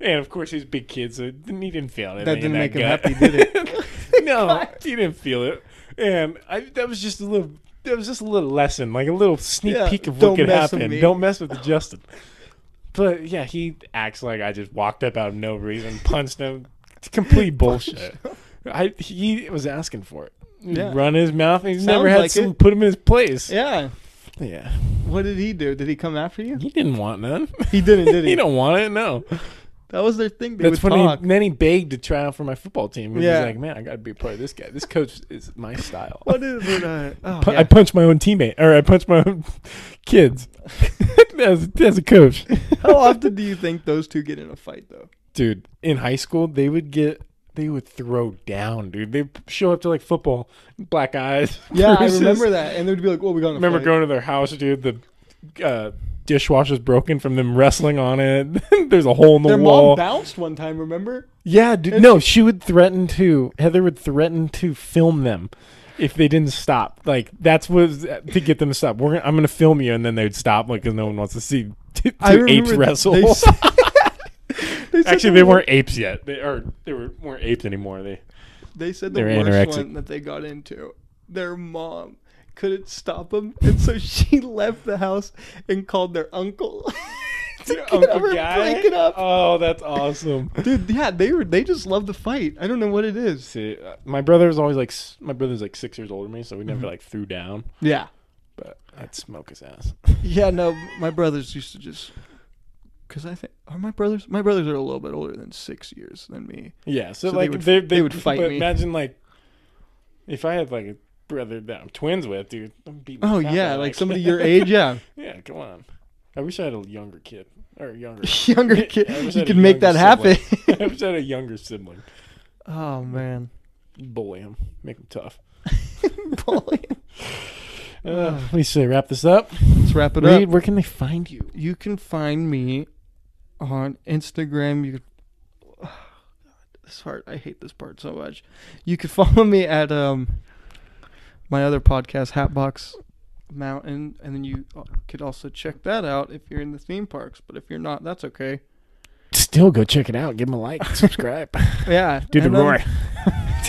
And of course, he's a big kid, so he didn't he didn't feel it. that didn't make him gut. happy, did (laughs) it? no, he didn't feel it, and I that was just a little. That was just a little lesson, like a little sneak Yeah, peek of don't what could mess with happen. me. Don't mess with Justin. But yeah, he acts like I just walked up out of no reason, punched him. It's (laughs) complete bullshit. I he was asking for it. He'd Yeah. Run his mouth. and He's never Sounds had like someone it. put him in his place. yeah. Yeah. What did he do? Did he come after you? he didn't want none. He didn't, (laughs) did he? he don't want it. No, That was their thing. They that's would when (laughs) talk. he then he begged to try out for my football team. He Yeah. was like, man, I got to be a part of this guy. This coach is my style. What is it? Uh, (laughs) oh, Pu- yeah. I punched my own teammate, or I punched my own (laughs) kids (laughs) as, as a coach. How often do you think those two get in a fight, (laughs) though? Dude, in high school, they would get, they would throw down, dude. They show up to like football, black eyes. (laughs) Yeah, bruises. I remember that. And they'd be like, "Well, we got in a Remember fight." going to their house, dude. The uh, dishwasher's broken from them wrestling on it. (laughs) There's a hole in the Their wall. mom bounced one time. Remember? yeah, dude. And No, she would threaten to. Heather would threaten to film them. If they didn't stop, like that's was to get them to stop. We're gonna, I'm gonna film you, and then they'd stop, like because no one wants to see (laughs) two, two apes remember wrestle. (laughs) (laughs) They, s- they said Actually, the they wor- weren't apes yet. They are they were weren't apes anymore. They They said the They were worst anorexic. one that they got into, their mom couldn't stop them, and so (laughs) she left the house and called their uncle (laughs) to (laughs) get over and break it up. Oh, that's awesome. (laughs) Dude, yeah, they were they just love the fight. I don't know what it is. See, uh, my brother was always like s- my brother's like six years older than me, so we never Mm-hmm. like threw down, Yeah, but I'd smoke his ass. yeah. No, my brothers used to just because I think are my brothers. My brothers are a little bit older than six years than me. Yeah, so, So they like would- they, they, they would fight but me. Imagine like if I had like a brother that I'm twins with, dude. I'm beating the Oh crap yeah, out of like (laughs) that somebody kid. your age. Yeah, yeah, come on. I wish I had a younger kid or a younger. (laughs) younger kid, (laughs) I wish I you had a can make younger that happen. (laughs) I wish I had a younger sibling. oh (laughs) man, Bully him, make him tough. Bully. (sighs) Uh, we say wrap this up. Let's wrap it Reed, up. where can they find you? You can find me on Instagram. You can. (sighs) This part, I hate this part so much. You can (laughs) follow me at um my other podcast, Hatbox Mountain, and then you uh, could also check that out if you're in the theme parks. But if you're not, that's (laughs) okay. Still go check it out. Give him a (laughs) like, subscribe. Yeah, Do the and um, then- roar.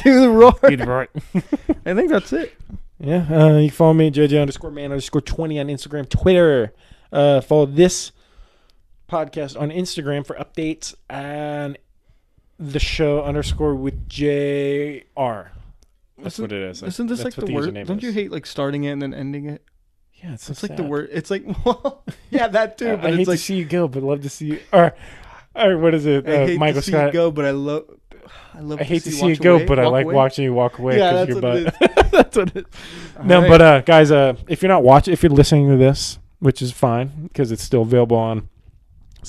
Do the roar. (laughs) Do the roar. I think that's it. Yeah, uh, you can follow me, JJ underscore man underscore 20 on Instagram, Twitter. Uh, follow this podcast on Instagram for updates and the show underscore with JR. That's Isn't- what it is. Isn't this That's like what the word? username Don't you is. hate like starting it and then ending it? Yeah, it's, so It's like the sad. word. It's like, (laughs) (laughs) well, yeah, that too. I- But I hate it's like to see you go, but love to (laughs) see you. Or, or what is it? I Uh, hate Michael to see Scott. you go, but I love. I love. I hate to see, you you go, away- but I walk like away. watching you walk away Yeah, because that's your what butt. (laughs) it is. (laughs) that's what it is. No, but uh, guys, uh, if you're not watching, if you're listening to this, which is fine because it's still available on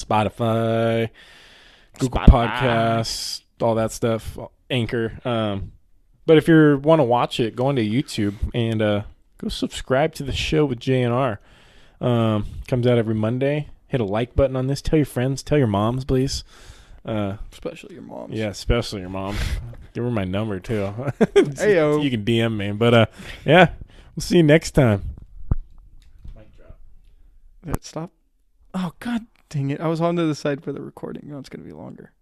Spotify, Google Spotify. Podcasts, all that stuff, Anchor. Um, but if you want to watch it, go onto YouTube and uh, go subscribe to the show with JNR. Um, comes out every Monday. Hit a like button on this. Tell your friends. Tell your moms, please. Uh, especially your mom. yeah, especially your mom. Give her my number too. (laughs) Ayo. you can DM me. But uh, yeah, we'll see you next time. Stop. Oh God, dang it! I was on to the side for the recording. Now it's gonna be longer.